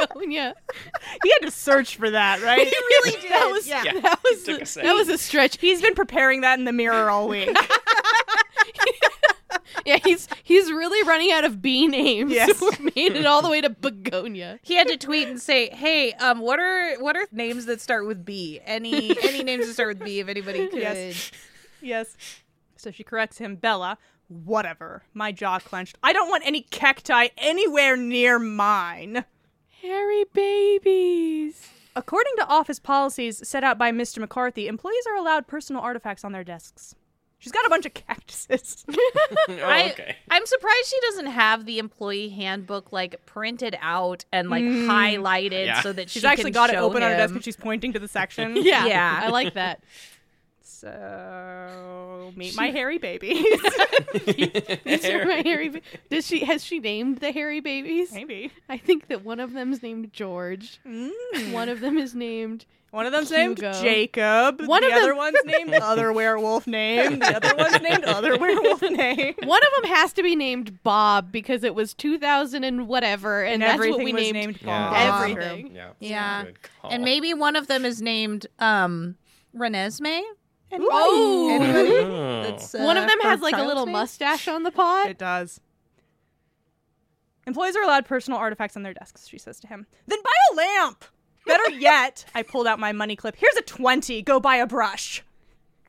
[SPEAKER 4] Begonia.
[SPEAKER 1] He had to search for that, right? he really did.
[SPEAKER 4] That was
[SPEAKER 2] Yeah.
[SPEAKER 4] that was
[SPEAKER 3] Took a
[SPEAKER 4] a,
[SPEAKER 3] second.
[SPEAKER 4] that was a stretch.
[SPEAKER 1] He's been preparing that in the mirror all week.
[SPEAKER 4] Yeah, he's he's really running out of B names.
[SPEAKER 1] Yes.
[SPEAKER 4] We made it all the way to Begonia.
[SPEAKER 2] He had to tweet and say, "Hey, um, what are what are names that start with B? Any any names that start with B? If anybody could."
[SPEAKER 1] Yes. yes. So she corrects him, Bella. Whatever. My jaw clenched. I don't want any cacti anywhere near mine.
[SPEAKER 4] Harry babies.
[SPEAKER 1] According to office policies set out by Mr. McCarthy, employees are allowed personal artifacts on their desks. She's got a bunch of cactuses.
[SPEAKER 3] Oh,
[SPEAKER 2] I,
[SPEAKER 3] okay.
[SPEAKER 2] I'm surprised she doesn't have the employee handbook like printed out and like highlighted
[SPEAKER 3] Yeah.
[SPEAKER 2] so that
[SPEAKER 1] Mm. She's
[SPEAKER 2] she
[SPEAKER 1] actually
[SPEAKER 2] can
[SPEAKER 1] got it
[SPEAKER 2] show
[SPEAKER 1] open on her desk
[SPEAKER 2] him.
[SPEAKER 1] and she's pointing to the section.
[SPEAKER 4] Yeah.
[SPEAKER 2] Yeah.
[SPEAKER 4] I like that.
[SPEAKER 1] So meet my hairy babies.
[SPEAKER 4] These are my hairy ba- Does she has she named the hairy babies?
[SPEAKER 1] Maybe.
[SPEAKER 4] I think that one of them's named George. One of them is named
[SPEAKER 1] One of them's
[SPEAKER 4] Hugo.
[SPEAKER 1] named Jacob.
[SPEAKER 4] One
[SPEAKER 1] the
[SPEAKER 4] of
[SPEAKER 1] other
[SPEAKER 4] them-
[SPEAKER 1] one's named other werewolf name. The other one's named other werewolf name.
[SPEAKER 4] one of them has to be named Bob because it was 2000 and whatever and, that's
[SPEAKER 1] everything
[SPEAKER 4] what we
[SPEAKER 1] was
[SPEAKER 4] named,
[SPEAKER 3] Yeah.
[SPEAKER 1] Bob.
[SPEAKER 4] everything.
[SPEAKER 3] Yeah.
[SPEAKER 2] Yeah.
[SPEAKER 3] Good call.
[SPEAKER 2] And maybe one of them is named um Renesmee.
[SPEAKER 4] Oh.
[SPEAKER 3] Oh.
[SPEAKER 2] That's,
[SPEAKER 4] one
[SPEAKER 2] uh,
[SPEAKER 4] of them
[SPEAKER 2] her
[SPEAKER 4] has like a
[SPEAKER 2] child's
[SPEAKER 4] little
[SPEAKER 2] name?
[SPEAKER 4] mustache on the pot.
[SPEAKER 1] It does. Employees are allowed personal artifacts on their desks, she says to him. Then buy a lamp! Better yet, I pulled out my money clip. Here's a 20. Go buy a brush.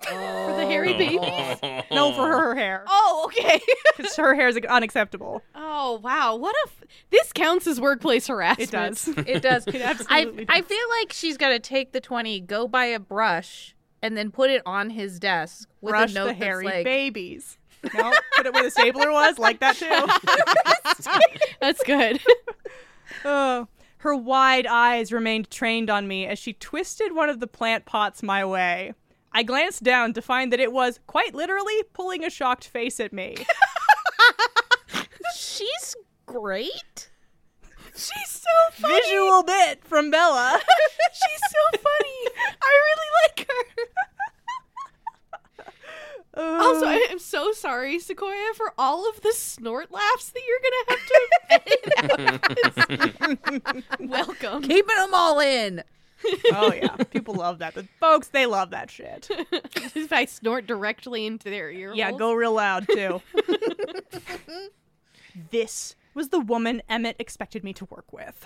[SPEAKER 4] For the hairy babies.
[SPEAKER 1] No, for her hair.
[SPEAKER 4] Oh, okay.
[SPEAKER 1] Because her hair is unacceptable.
[SPEAKER 4] Oh, wow. What a f- This counts as workplace harassment.
[SPEAKER 1] It does.
[SPEAKER 2] It does. I
[SPEAKER 1] absolutely
[SPEAKER 2] I feel like she's got to take the 20, go buy a brush and then put it on his desk with
[SPEAKER 1] brush
[SPEAKER 2] a note
[SPEAKER 1] the hairy
[SPEAKER 2] that's like
[SPEAKER 1] babies. No, put it where the stapler was, like that too.
[SPEAKER 4] That's good.
[SPEAKER 1] Oh. Her wide eyes remained trained on me as she twisted one of the plant pots my way. I glanced down to find that it was, quite literally, pulling a shocked face at me.
[SPEAKER 2] she's great.
[SPEAKER 4] She's so funny.
[SPEAKER 1] Visual bit from Bella.
[SPEAKER 4] She's so funny. I really like her.
[SPEAKER 1] Uh,
[SPEAKER 4] Also, I am so sorry, Sequoia, for all of the snort laughs that you're gonna have to edit out. Welcome.
[SPEAKER 2] Keeping them all in.
[SPEAKER 1] oh yeah, people love that. The folks, they love that shit.
[SPEAKER 4] if I snort directly into their ear.
[SPEAKER 1] Yeah,
[SPEAKER 4] holes.
[SPEAKER 1] go real loud too. this was the woman Emmett expected me to work with.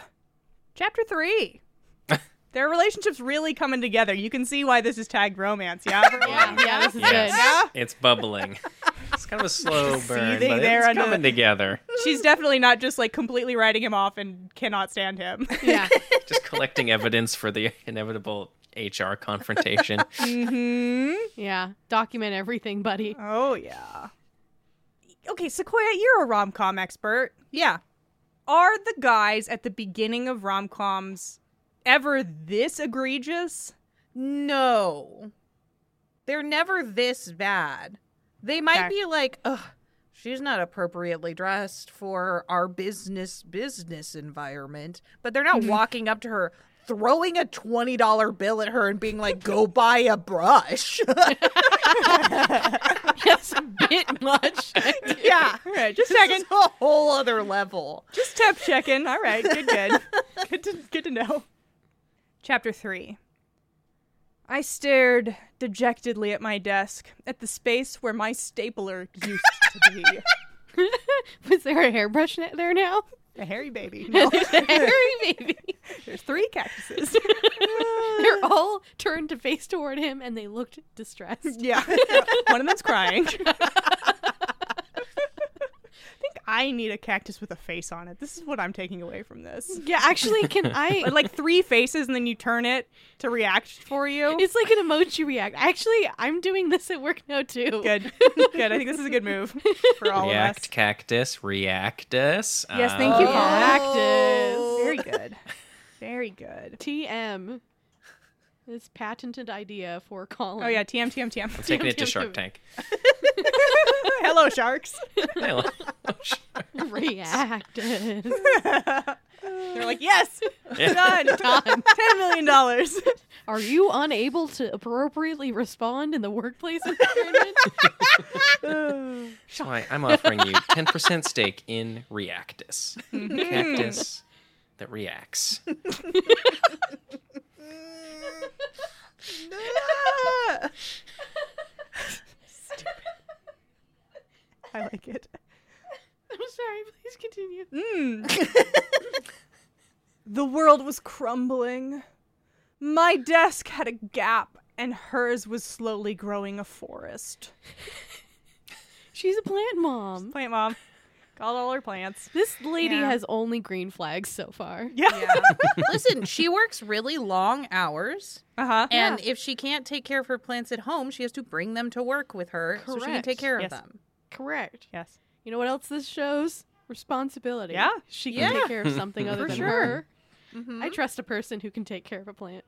[SPEAKER 1] Chapter three. Their relationship's really coming together. You can see why this is tagged romance, yeah? everyone?
[SPEAKER 4] Yeah, yeah, this is good.
[SPEAKER 3] Yes. It's bubbling. It's kind of a slow burn,
[SPEAKER 1] Seething
[SPEAKER 3] but
[SPEAKER 1] there
[SPEAKER 3] it's
[SPEAKER 1] under
[SPEAKER 3] coming together.
[SPEAKER 1] She's definitely not just like completely writing him off and cannot stand him.
[SPEAKER 4] Yeah.
[SPEAKER 3] Just collecting evidence for the inevitable HR confrontation.
[SPEAKER 1] hmm
[SPEAKER 4] Yeah. Document everything, buddy.
[SPEAKER 1] Oh yeah. Okay, Sequoia, you're a rom com expert.
[SPEAKER 2] Yeah.
[SPEAKER 1] Are the guys at the beginning of rom coms ever this egregious?
[SPEAKER 2] No. They're never this bad. They might
[SPEAKER 1] Okay.
[SPEAKER 2] be like, ugh, she's not appropriately dressed for our business business environment. But they're not walking up to her, throwing a twenty dollar bill at her and being like, go buy a brush.
[SPEAKER 4] That's a bit much.
[SPEAKER 2] yeah.
[SPEAKER 1] All right, just
[SPEAKER 2] Second a whole other level.
[SPEAKER 1] Just tap checking. All right, good, good, good to good to know. Chapter three. I stared dejectedly at my desk, at the space where my stapler used to be.
[SPEAKER 4] Was there a hairbrush ne- there now?
[SPEAKER 1] A hairy baby. No,
[SPEAKER 4] There's a hairy baby.
[SPEAKER 1] there's three cactuses.
[SPEAKER 4] They're all turned to face toward him, and they looked distressed.
[SPEAKER 1] Yeah. One of them's crying. I think I need a cactus with a face on it. This is what I'm taking away from this.
[SPEAKER 4] Yeah, actually, can I?
[SPEAKER 1] But, like three faces, and then you turn it to react for you.
[SPEAKER 4] It's like an emoji react. Actually, I'm doing this at work now too.
[SPEAKER 1] good. Good. I think this is a good move for all
[SPEAKER 3] React
[SPEAKER 1] of us.
[SPEAKER 3] cactus, reactus.
[SPEAKER 1] Yes, thank you,
[SPEAKER 3] Uh,
[SPEAKER 1] Paul.
[SPEAKER 4] Cactus.
[SPEAKER 1] Very good. Very good.
[SPEAKER 4] TM. This patented idea for Colin.
[SPEAKER 1] Oh yeah, TM TM TM.
[SPEAKER 3] I'm taking it to
[SPEAKER 4] Tim,
[SPEAKER 3] Shark
[SPEAKER 4] Tim.
[SPEAKER 3] Tank.
[SPEAKER 1] Hello sharks.
[SPEAKER 3] Hello.
[SPEAKER 4] Reactus.
[SPEAKER 1] They're like, yes,
[SPEAKER 3] Yeah.
[SPEAKER 1] done, done. Ten million dollars.
[SPEAKER 4] Are you unable to appropriately respond in the workplace environment?
[SPEAKER 3] That's why I'm offering you 10% stake in Reactus.
[SPEAKER 1] Mm-hmm.
[SPEAKER 3] Cactus that reacts.
[SPEAKER 1] I like it.
[SPEAKER 4] I'm sorry, please continue.
[SPEAKER 1] The world was crumbling. My desk had a gap, and hers was slowly growing a forest.
[SPEAKER 4] She's a plant mom.
[SPEAKER 1] Plant mom. Called all her plants.
[SPEAKER 4] This lady
[SPEAKER 2] Yeah.
[SPEAKER 4] has only green flags so far.
[SPEAKER 1] Yeah.
[SPEAKER 2] Listen, she works really long hours.
[SPEAKER 1] Uh huh.
[SPEAKER 2] And if she can't take care of her plants at home, she has to bring them to work with her so she can
[SPEAKER 4] Correct.
[SPEAKER 2] take care
[SPEAKER 1] Yes.
[SPEAKER 2] of them.
[SPEAKER 4] Correct.
[SPEAKER 1] Yes.
[SPEAKER 4] You know what else this shows? Responsibility.
[SPEAKER 1] Yeah.
[SPEAKER 4] She can
[SPEAKER 2] Yeah.
[SPEAKER 4] take care of something other
[SPEAKER 1] For
[SPEAKER 4] than
[SPEAKER 1] sure.
[SPEAKER 4] her. I trust a person who can take care of a plant.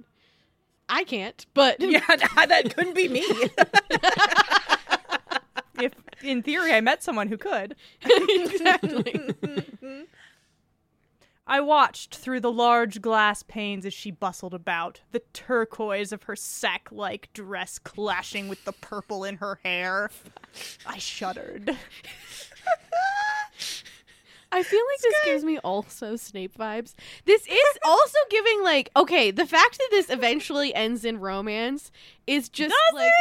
[SPEAKER 4] I can't, but
[SPEAKER 2] Yeah, that couldn't be me.
[SPEAKER 1] If in theory I met someone who could.
[SPEAKER 4] exactly.
[SPEAKER 1] I watched through the large glass panes as she bustled about, the turquoise of her sack like dress clashing with the purple in her hair. I shuddered.
[SPEAKER 4] I feel like this gives me also Snape vibes. This is also giving like okay, the fact that this eventually ends in romance is just like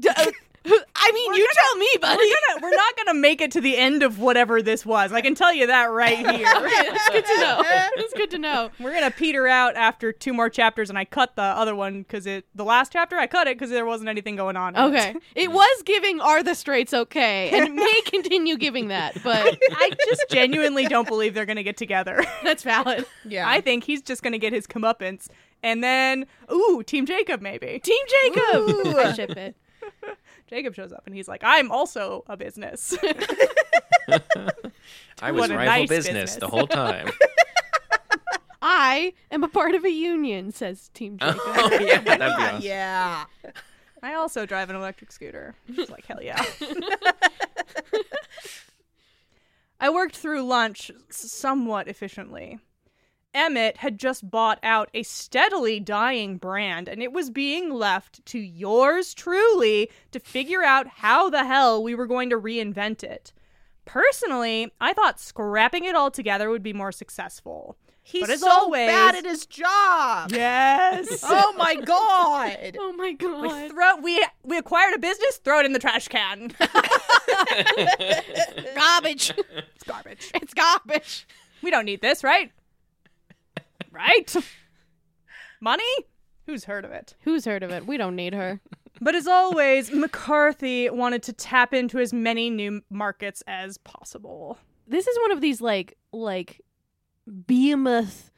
[SPEAKER 4] D- uh, I mean, you tell me, buddy.
[SPEAKER 1] We're, gonna, we're not gonna make it to the end of whatever this was. I can tell you that right here.
[SPEAKER 4] Okay, that's good to know. That's good to know.
[SPEAKER 1] We're gonna peter out after two more chapters, and I cut the other one because it the last chapter I cut it because there wasn't anything going on. in it.
[SPEAKER 4] Okay, it was giving are the straights okay, and it may continue giving that, but
[SPEAKER 1] I just genuinely don't believe they're gonna get together.
[SPEAKER 4] that's valid.
[SPEAKER 2] yeah.
[SPEAKER 1] I think he's just gonna get his comeuppance, and then ooh, Team Jacob maybe.
[SPEAKER 4] Team Jacob, I ship it.
[SPEAKER 1] Jacob shows up and he's like, I'm also a business.
[SPEAKER 3] I was
[SPEAKER 1] What a
[SPEAKER 3] rival
[SPEAKER 1] nice
[SPEAKER 3] business the
[SPEAKER 1] business.
[SPEAKER 3] whole time.
[SPEAKER 4] I am a part of a union, says Team Jacob.
[SPEAKER 3] oh, yeah, that'd be awesome.
[SPEAKER 2] yeah.
[SPEAKER 1] I also drive an electric scooter. It's like, hell yeah. I worked through lunch s- somewhat efficiently. Emmett had just bought out a steadily dying brand, and it was being left to yours truly to figure out how the hell we were going to reinvent it. Personally, I thought scrapping it all together would be more successful.
[SPEAKER 2] He's
[SPEAKER 1] But as
[SPEAKER 2] so
[SPEAKER 1] always-
[SPEAKER 2] bad at his job.
[SPEAKER 1] Yes.
[SPEAKER 2] Oh my god.
[SPEAKER 4] Oh my god!
[SPEAKER 1] Like throw we we acquired a business, throw it in the trash can.
[SPEAKER 4] garbage.
[SPEAKER 1] It's garbage.
[SPEAKER 4] It's garbage.
[SPEAKER 1] We don't need this, right? Right? Money? Who's heard of it?
[SPEAKER 4] Who's heard of it? We don't need her.
[SPEAKER 1] But as always, McCarthy wanted to tap into as many new markets as possible.
[SPEAKER 4] This is one of these like like behemoth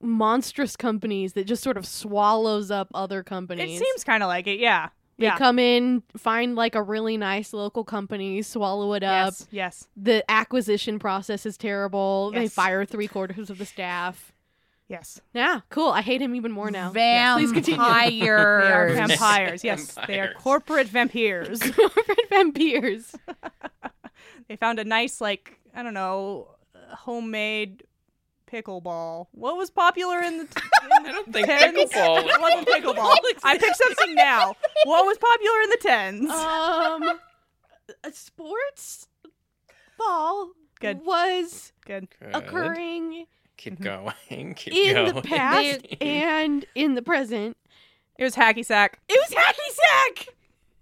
[SPEAKER 4] monstrous companies that just sort of swallows up other companies.
[SPEAKER 1] It seems kind of like it, yeah.
[SPEAKER 4] they
[SPEAKER 1] yeah.
[SPEAKER 4] come in, find like a really nice local company, swallow it up.
[SPEAKER 1] yes, yes,
[SPEAKER 4] The acquisition process is terrible. They
[SPEAKER 1] Yes.
[SPEAKER 4] fire three quarters of the staff.
[SPEAKER 1] yes.
[SPEAKER 4] Yeah, cool. I hate him even more now. Yeah, please continue.
[SPEAKER 1] They are
[SPEAKER 2] Vampires.
[SPEAKER 1] vampires. Yes, they are
[SPEAKER 3] Vampires.
[SPEAKER 1] corporate vampires.
[SPEAKER 4] Corporate vampires.
[SPEAKER 1] they found a nice, like, I don't know, homemade pickleball. What was popular in the.
[SPEAKER 3] I don't think
[SPEAKER 1] Tens?
[SPEAKER 3] pickleball
[SPEAKER 1] It wasn't pickleball. I picked something now. What was popular in the tens?
[SPEAKER 2] Uh,
[SPEAKER 4] um, a sports ball
[SPEAKER 1] Good.
[SPEAKER 4] was
[SPEAKER 1] Good.
[SPEAKER 3] Good.
[SPEAKER 1] Mm-hmm.
[SPEAKER 4] occurring
[SPEAKER 3] Keep going. Keep
[SPEAKER 4] in
[SPEAKER 3] going.
[SPEAKER 4] the past and in the present
[SPEAKER 1] It was hacky sack.
[SPEAKER 4] It was hacky sack.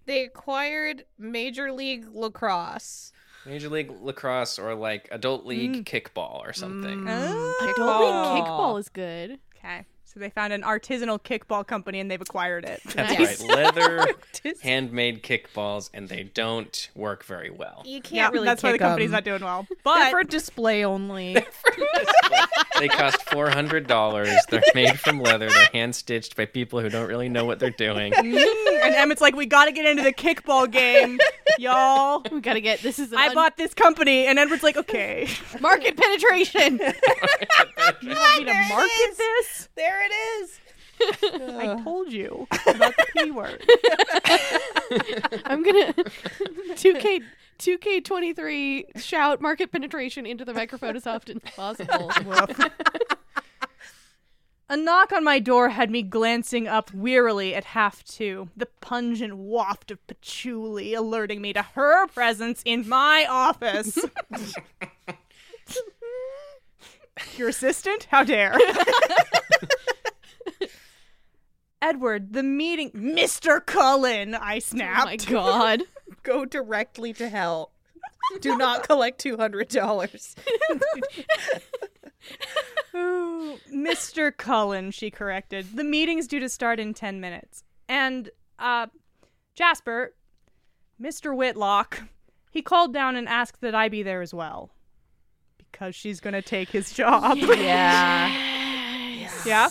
[SPEAKER 2] They acquired Major League Lacrosse.
[SPEAKER 3] Major League Lacrosse or like Adult
[SPEAKER 1] Mm.
[SPEAKER 3] League Kickball or
[SPEAKER 2] Mm,
[SPEAKER 3] something.
[SPEAKER 4] Adult League kickball is good.
[SPEAKER 1] Oh. Okay. So they found an artisanal kickball company and they've acquired it.
[SPEAKER 3] That's
[SPEAKER 4] Nice.
[SPEAKER 3] right. Leather, handmade kickballs, and they don't work very well.
[SPEAKER 2] You can't
[SPEAKER 1] Yeah,
[SPEAKER 2] really
[SPEAKER 1] that's why the
[SPEAKER 2] kick
[SPEAKER 1] company's
[SPEAKER 2] 'em.
[SPEAKER 1] not doing well.
[SPEAKER 2] They're
[SPEAKER 1] But
[SPEAKER 2] for display only.
[SPEAKER 3] They cost four hundred dollars. They're made from leather. They're hand stitched by people who don't really know what they're doing.
[SPEAKER 1] and Emmett's like, we got to get into the kickball game, y'all.
[SPEAKER 4] We gotta get this is an
[SPEAKER 1] I
[SPEAKER 4] un-
[SPEAKER 1] bought this company, and Edward's like, okay,
[SPEAKER 4] market penetration.
[SPEAKER 1] you want me to market this?
[SPEAKER 6] There it is.
[SPEAKER 1] I told you about the p word.
[SPEAKER 4] I'm gonna two K two K twenty three shout market penetration into the microphone as often as possible.
[SPEAKER 1] A knock on my door had me glancing up wearily at half two, the pungent waft of patchouli alerting me to her presence in my office. Your assistant? How dare. Edward, the meeting. Mr. Cullen, I
[SPEAKER 4] Oh my
[SPEAKER 1] snapped.
[SPEAKER 4] god.
[SPEAKER 2] Go directly to hell. Do not collect two hundred dollars.
[SPEAKER 1] Ooh, Mr. Cullen, she corrected. The meeting's due to start in 10 minutes. And, uh, Jasper, Mr. Whitlock, he called down and asked that I be there as well. Because she's going to take his job.
[SPEAKER 2] Yeah.
[SPEAKER 1] yeah?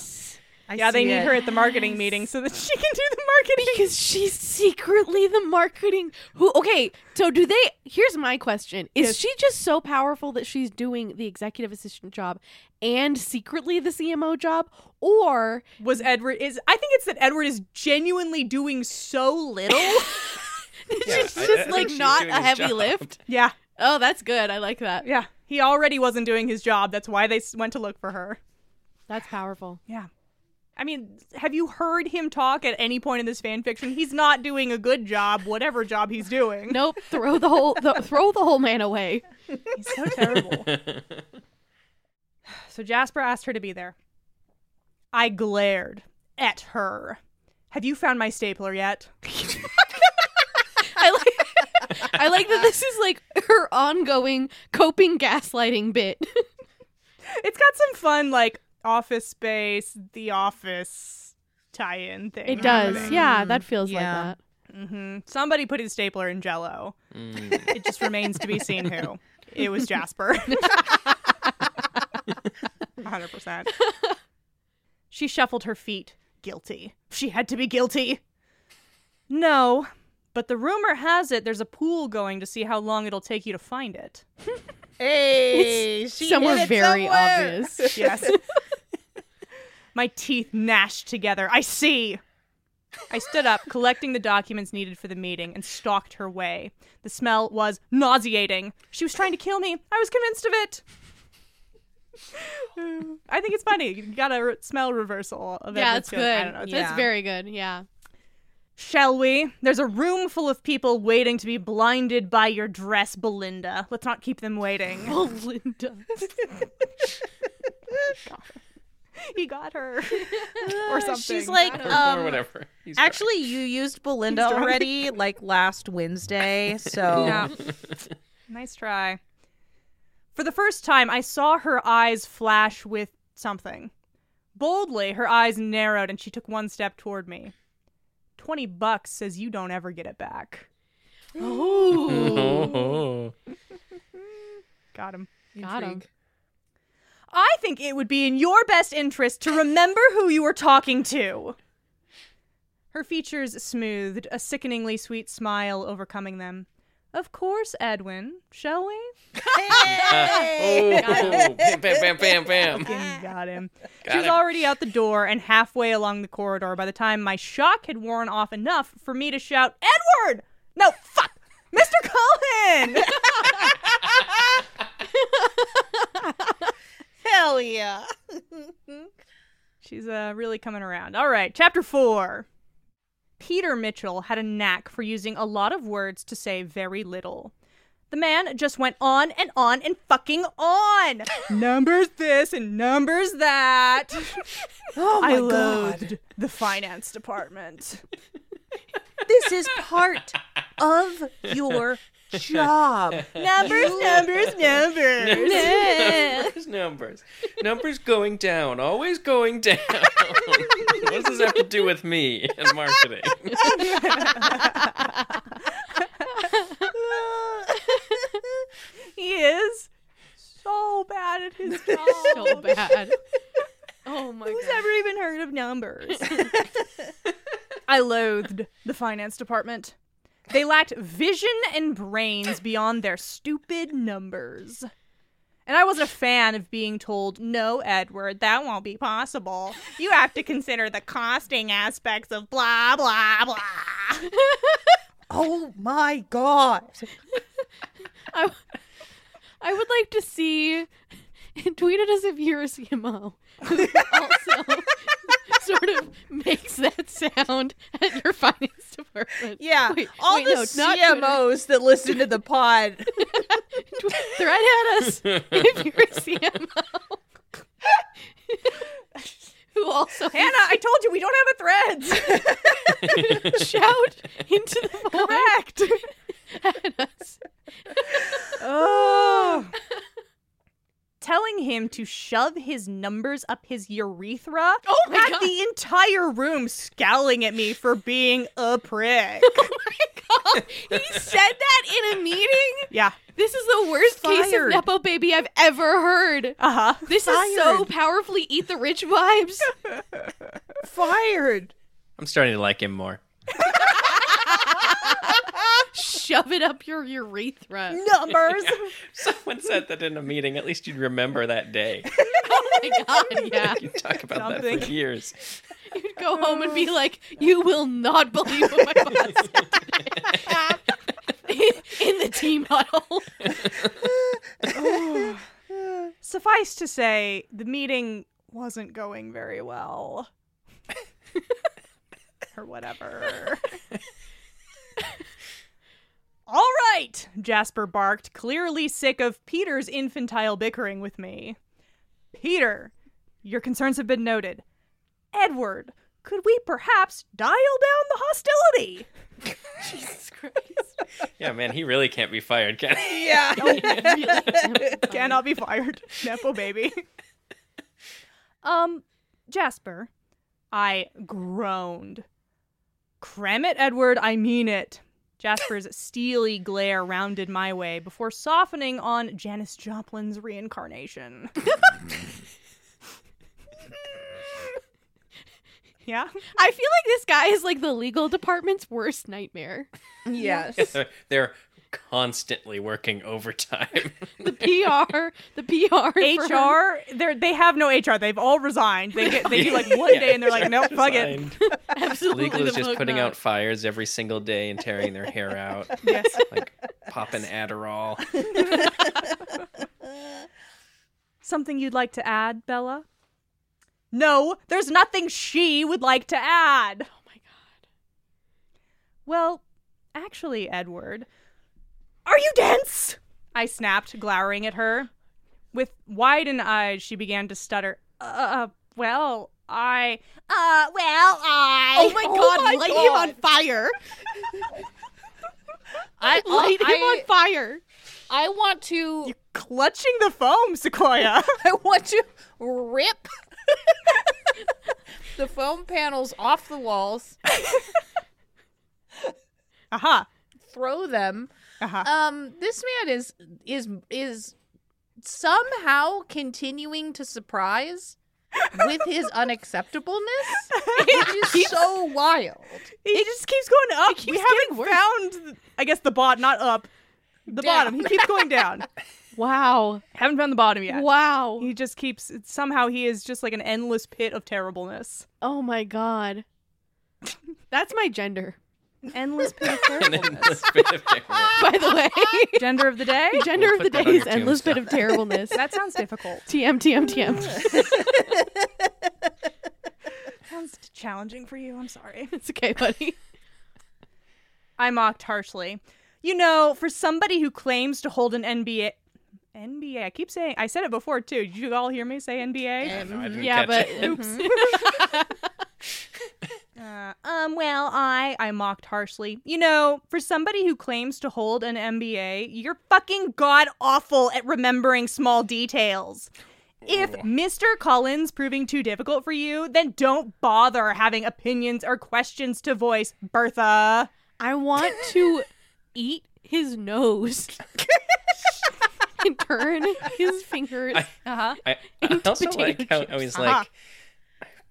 [SPEAKER 2] I
[SPEAKER 1] Yeah, they
[SPEAKER 2] see
[SPEAKER 1] need
[SPEAKER 2] it.
[SPEAKER 1] her at the marketing meeting so that she can do the marketing.
[SPEAKER 4] Because she's secretly the marketing who okay, so do they here's my question. Is
[SPEAKER 1] Yes.
[SPEAKER 4] she just so powerful that she's doing the executive assistant job and secretly the CMO job? Or
[SPEAKER 1] Was Edward is I think it's that Edward is genuinely doing so little.
[SPEAKER 3] Yeah,
[SPEAKER 4] she's
[SPEAKER 3] I- I
[SPEAKER 4] just
[SPEAKER 3] think
[SPEAKER 4] like
[SPEAKER 3] she's
[SPEAKER 4] not
[SPEAKER 3] doing
[SPEAKER 4] a
[SPEAKER 3] his
[SPEAKER 4] heavy
[SPEAKER 3] job.
[SPEAKER 4] lift?
[SPEAKER 1] yeah.
[SPEAKER 4] Oh, that's good. I like that.
[SPEAKER 1] Yeah. He already wasn't doing his job. That's why they s- went to look for her.
[SPEAKER 4] That's powerful.
[SPEAKER 1] Yeah. I mean, have you heard him talk at any point in this fan fiction? He's not doing a good job, whatever job he's doing.
[SPEAKER 4] Nope, throw the whole th- throw the whole man away.
[SPEAKER 1] He's so terrible. so Jasper asked her to be there. I glared at her. Have you found my stapler yet?
[SPEAKER 4] I like I like that this is like her ongoing coping gaslighting bit.
[SPEAKER 1] It's got some fun, like, office space, the office tie in thing.
[SPEAKER 4] It does. Yeah, that feels
[SPEAKER 2] yeah.
[SPEAKER 4] like that.
[SPEAKER 1] hmm Somebody put his stapler in jello. It just remains to be seen who. It was Jasper. 100%. She shuffled her feet. Guilty. She had to be guilty. No, but the rumor has it there's a pool going to see how long it'll take you to find it.
[SPEAKER 2] Hey,
[SPEAKER 4] It's
[SPEAKER 2] she
[SPEAKER 4] somewhere
[SPEAKER 2] hit it
[SPEAKER 4] very
[SPEAKER 2] somewhere.
[SPEAKER 4] obvious.
[SPEAKER 1] Yes. My teeth gnashed together. I see. I stood up, collecting the documents needed for the meeting, and stalked her way. The smell was nauseating. She was trying to kill me. I was convinced of it. I think it's funny. You got a re- smell reversal of
[SPEAKER 4] Yeah,
[SPEAKER 1] Edward's
[SPEAKER 4] it's good.
[SPEAKER 1] feeling. I don't know. It's-
[SPEAKER 4] That's
[SPEAKER 2] Yeah.
[SPEAKER 4] very good. Yeah.
[SPEAKER 1] Shall we? There's a room full of people waiting to be blinded by your dress, Belinda. Let's not keep them waiting.
[SPEAKER 4] Belinda.
[SPEAKER 1] he got her, or something.
[SPEAKER 2] She's like,
[SPEAKER 3] or
[SPEAKER 2] um,
[SPEAKER 3] whatever. He's right.
[SPEAKER 2] actually, you used Belinda
[SPEAKER 1] drunk.
[SPEAKER 2] already, like last Wednesday. So
[SPEAKER 1] Yeah. nice try. For the first time, I saw her eyes flash with something. Boldly, her eyes narrowed and she took one step toward me. 20 bucks says you don't ever get it back.
[SPEAKER 3] Oh.
[SPEAKER 1] Got him.
[SPEAKER 4] Got him.
[SPEAKER 1] I think it would be in your best interest to remember who you were talking to. Her features smoothed, a sickeningly sweet smile overcoming them. Of course, Edwin, shall we?
[SPEAKER 3] oh. Bam, bam, bam, bam, bam.
[SPEAKER 1] Fucking got him.
[SPEAKER 3] Got
[SPEAKER 1] she was
[SPEAKER 3] him.
[SPEAKER 1] already out the door and halfway along the corridor by the time my shock had worn off enough for me to shout, Edward! No, fuck! Mr. Cullen!
[SPEAKER 6] Hell yeah.
[SPEAKER 1] She's uh, really coming around. All right, chapter four. Peter Mitchell had a knack for using a lot of words to say very little. The man just went on and on and fucking on. numbers this and numbers that.
[SPEAKER 2] Oh
[SPEAKER 1] I loathed the finance department.
[SPEAKER 2] This is part of your job.
[SPEAKER 1] numbers, numbers, numbers.
[SPEAKER 3] numbers, numbers, numbers going down, always going down. what does this have to do with me and marketing?
[SPEAKER 1] he is so bad at his job.
[SPEAKER 4] so bad. Oh my
[SPEAKER 1] Who's
[SPEAKER 4] god.
[SPEAKER 1] ever even heard of numbers? I loathed the finance department. They lacked vision and brains beyond their stupid numbers. And I wasn't a fan of being told, no, Edward, that won't be possible. You have to consider the costing aspects of blah, blah, blah.
[SPEAKER 2] Oh my god.
[SPEAKER 4] I, I would like to see tweet at us if you're a CMO who also sort of makes that sound at your finance department.
[SPEAKER 2] Yeah,
[SPEAKER 4] Wait,
[SPEAKER 2] all
[SPEAKER 4] wait,
[SPEAKER 2] the
[SPEAKER 4] no, not Twitter.
[SPEAKER 2] CMOs that listen to the pod.
[SPEAKER 4] Tw- thread at us if you're a CMO who also
[SPEAKER 1] Hannah, I told you we don't have a threads.
[SPEAKER 4] shout into the void
[SPEAKER 1] Correct.
[SPEAKER 4] at us.
[SPEAKER 1] Oh. Telling him to shove his numbers up his urethra
[SPEAKER 4] Oh my
[SPEAKER 1] had
[SPEAKER 4] God.
[SPEAKER 1] the entire room scowling at me for being a prick.
[SPEAKER 4] He said that in a meeting.
[SPEAKER 1] yeah.
[SPEAKER 4] This is the worst case of
[SPEAKER 1] Fired.
[SPEAKER 4] nepo baby I've ever heard.
[SPEAKER 1] Uh huh.
[SPEAKER 4] This is so powerfully eat the rich vibes.
[SPEAKER 2] Fired.
[SPEAKER 3] I'm starting to like him more.
[SPEAKER 4] Shove it up your urethra.
[SPEAKER 1] Numbers.
[SPEAKER 3] Someone said that in a meeting. At least you'd remember that day.
[SPEAKER 4] Oh my god, yeah.
[SPEAKER 3] You talk about that for
[SPEAKER 1] Something.
[SPEAKER 3] years.
[SPEAKER 4] You'd go home and be like, "You will not believe what my boss said." today." in the team huddle.
[SPEAKER 1] Suffice to say, the meeting wasn't going very well. or whatever. All right, Jasper barked, clearly sick of Peter's infantile bickering with me. Peter, your concerns have been noted. Edward, could we perhaps dial down the hostility?
[SPEAKER 4] Jesus Christ.
[SPEAKER 3] Yeah, man, he really can't be fired, can he?
[SPEAKER 2] Yeah.
[SPEAKER 1] Cannot be fired. Nepo baby. Um, Jasper, I groaned. Cram it, Edward, I mean it. Jasper's steely glare rounded my way before softening on Janice Joplin's reincarnation. yeah?
[SPEAKER 4] I feel like this guy is like the legal department's worst nightmare.
[SPEAKER 2] Yes.
[SPEAKER 3] They're, they're constantly working overtime.
[SPEAKER 4] The PR, the PR, for her-
[SPEAKER 1] HR, they they have no HR. They've all resigned. They get they do like one
[SPEAKER 3] Yeah,
[SPEAKER 1] day and they're like, nope, fuck it.
[SPEAKER 3] Resigned.
[SPEAKER 4] absolutely
[SPEAKER 3] Legal is
[SPEAKER 4] the
[SPEAKER 3] just
[SPEAKER 4] fuck
[SPEAKER 3] putting
[SPEAKER 4] not.
[SPEAKER 3] out fires every single day and tearing their hair out,
[SPEAKER 1] Yes.
[SPEAKER 3] like popping Adderall.
[SPEAKER 1] Something you'd like to add, Bella? No, there's nothing she would like to add.
[SPEAKER 4] Oh my god.
[SPEAKER 1] Well, actually, Edward. Are you dense? I snapped, glowering at her. With widened eyes, she began to stutter. Uh, well, I. Uh, well, I.
[SPEAKER 4] Oh my god, light him on fire.
[SPEAKER 6] I,
[SPEAKER 4] Light him
[SPEAKER 6] I,
[SPEAKER 4] on fire.
[SPEAKER 6] I want to
[SPEAKER 1] Clutching the foam, Sequoia.
[SPEAKER 6] I want to rip the foam panels off the walls,
[SPEAKER 1] Aha.
[SPEAKER 6] throw them.
[SPEAKER 2] Uh-huh.
[SPEAKER 1] Aha.
[SPEAKER 6] Um, this man is is is somehow continuing to surprise with his unacceptableness, which is so wild.
[SPEAKER 1] He just keeps going up. we
[SPEAKER 4] keeps
[SPEAKER 1] haven't
[SPEAKER 4] getting worse.
[SPEAKER 1] found, th- I guess, the bot, not up. The bottom. He keeps going down.
[SPEAKER 4] Wow.
[SPEAKER 1] haven't found the bottom yet.
[SPEAKER 4] Wow.
[SPEAKER 1] He just keeps somehow he is just like an endless pit of terribleness.
[SPEAKER 4] Oh my god. That's my gender,
[SPEAKER 1] An endless pit of
[SPEAKER 3] And then
[SPEAKER 1] terribleness.
[SPEAKER 3] this bit of terrible-
[SPEAKER 4] by the way.
[SPEAKER 1] Gender of the day?
[SPEAKER 4] gender
[SPEAKER 3] We'll
[SPEAKER 4] of the
[SPEAKER 3] put that
[SPEAKER 4] day
[SPEAKER 3] on
[SPEAKER 4] is
[SPEAKER 3] your
[SPEAKER 4] endless bit of
[SPEAKER 3] tombstone.
[SPEAKER 4] terribleness.
[SPEAKER 1] That sounds difficult.
[SPEAKER 4] TM TM TM.
[SPEAKER 1] sounds challenging for you. I'm sorry.
[SPEAKER 4] It's okay, buddy.
[SPEAKER 1] I mocked harshly. you know, for somebody who claims to hold an NBA, NBA. I keep saying I said it before too. Did you all hear me say NBA?
[SPEAKER 3] No, I didn't
[SPEAKER 4] yeah, but
[SPEAKER 3] catch it.
[SPEAKER 1] Uh, um. Well, I I mocked harshly. You know, for somebody who claims to hold an MBA, you're fucking god awful at remembering small details. If Mr. Collins proving too difficult for you, then don't bother having opinions or questions to voice, Bertha.
[SPEAKER 4] I want to eat his nose and turn his fingers.
[SPEAKER 1] Uh-huh.
[SPEAKER 3] I, I also like how I
[SPEAKER 4] potato
[SPEAKER 3] was
[SPEAKER 4] chips.
[SPEAKER 1] Uh-huh.
[SPEAKER 3] like,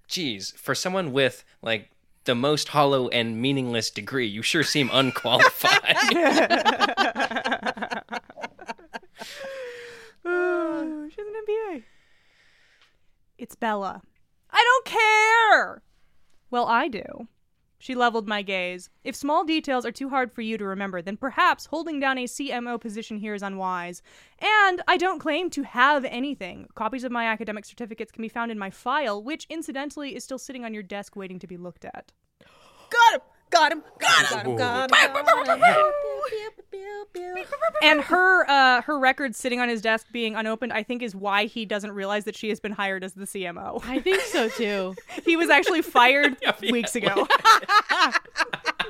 [SPEAKER 3] geez, for someone with like the most hollow and meaningless degree, you sure seem unqualified.
[SPEAKER 1] Oh, she's an MBA. It's Bella. I don't care. Well, I do. She leveled my gaze. If small details are too hard for you to remember, then perhaps holding down a CMO position here is unwise. And I don't claim to have anything. Copies of my academic certificates can be found in my file, which incidentally is still sitting on your desk waiting to be looked at.
[SPEAKER 2] Got him! Got him! Got him! Got him! Got him!
[SPEAKER 1] and her uh, her record sitting on his desk being unopened, I think, is why he doesn't realize that she has been hired as the CMO.
[SPEAKER 4] I think so too.
[SPEAKER 1] He was actually fired weeks ago.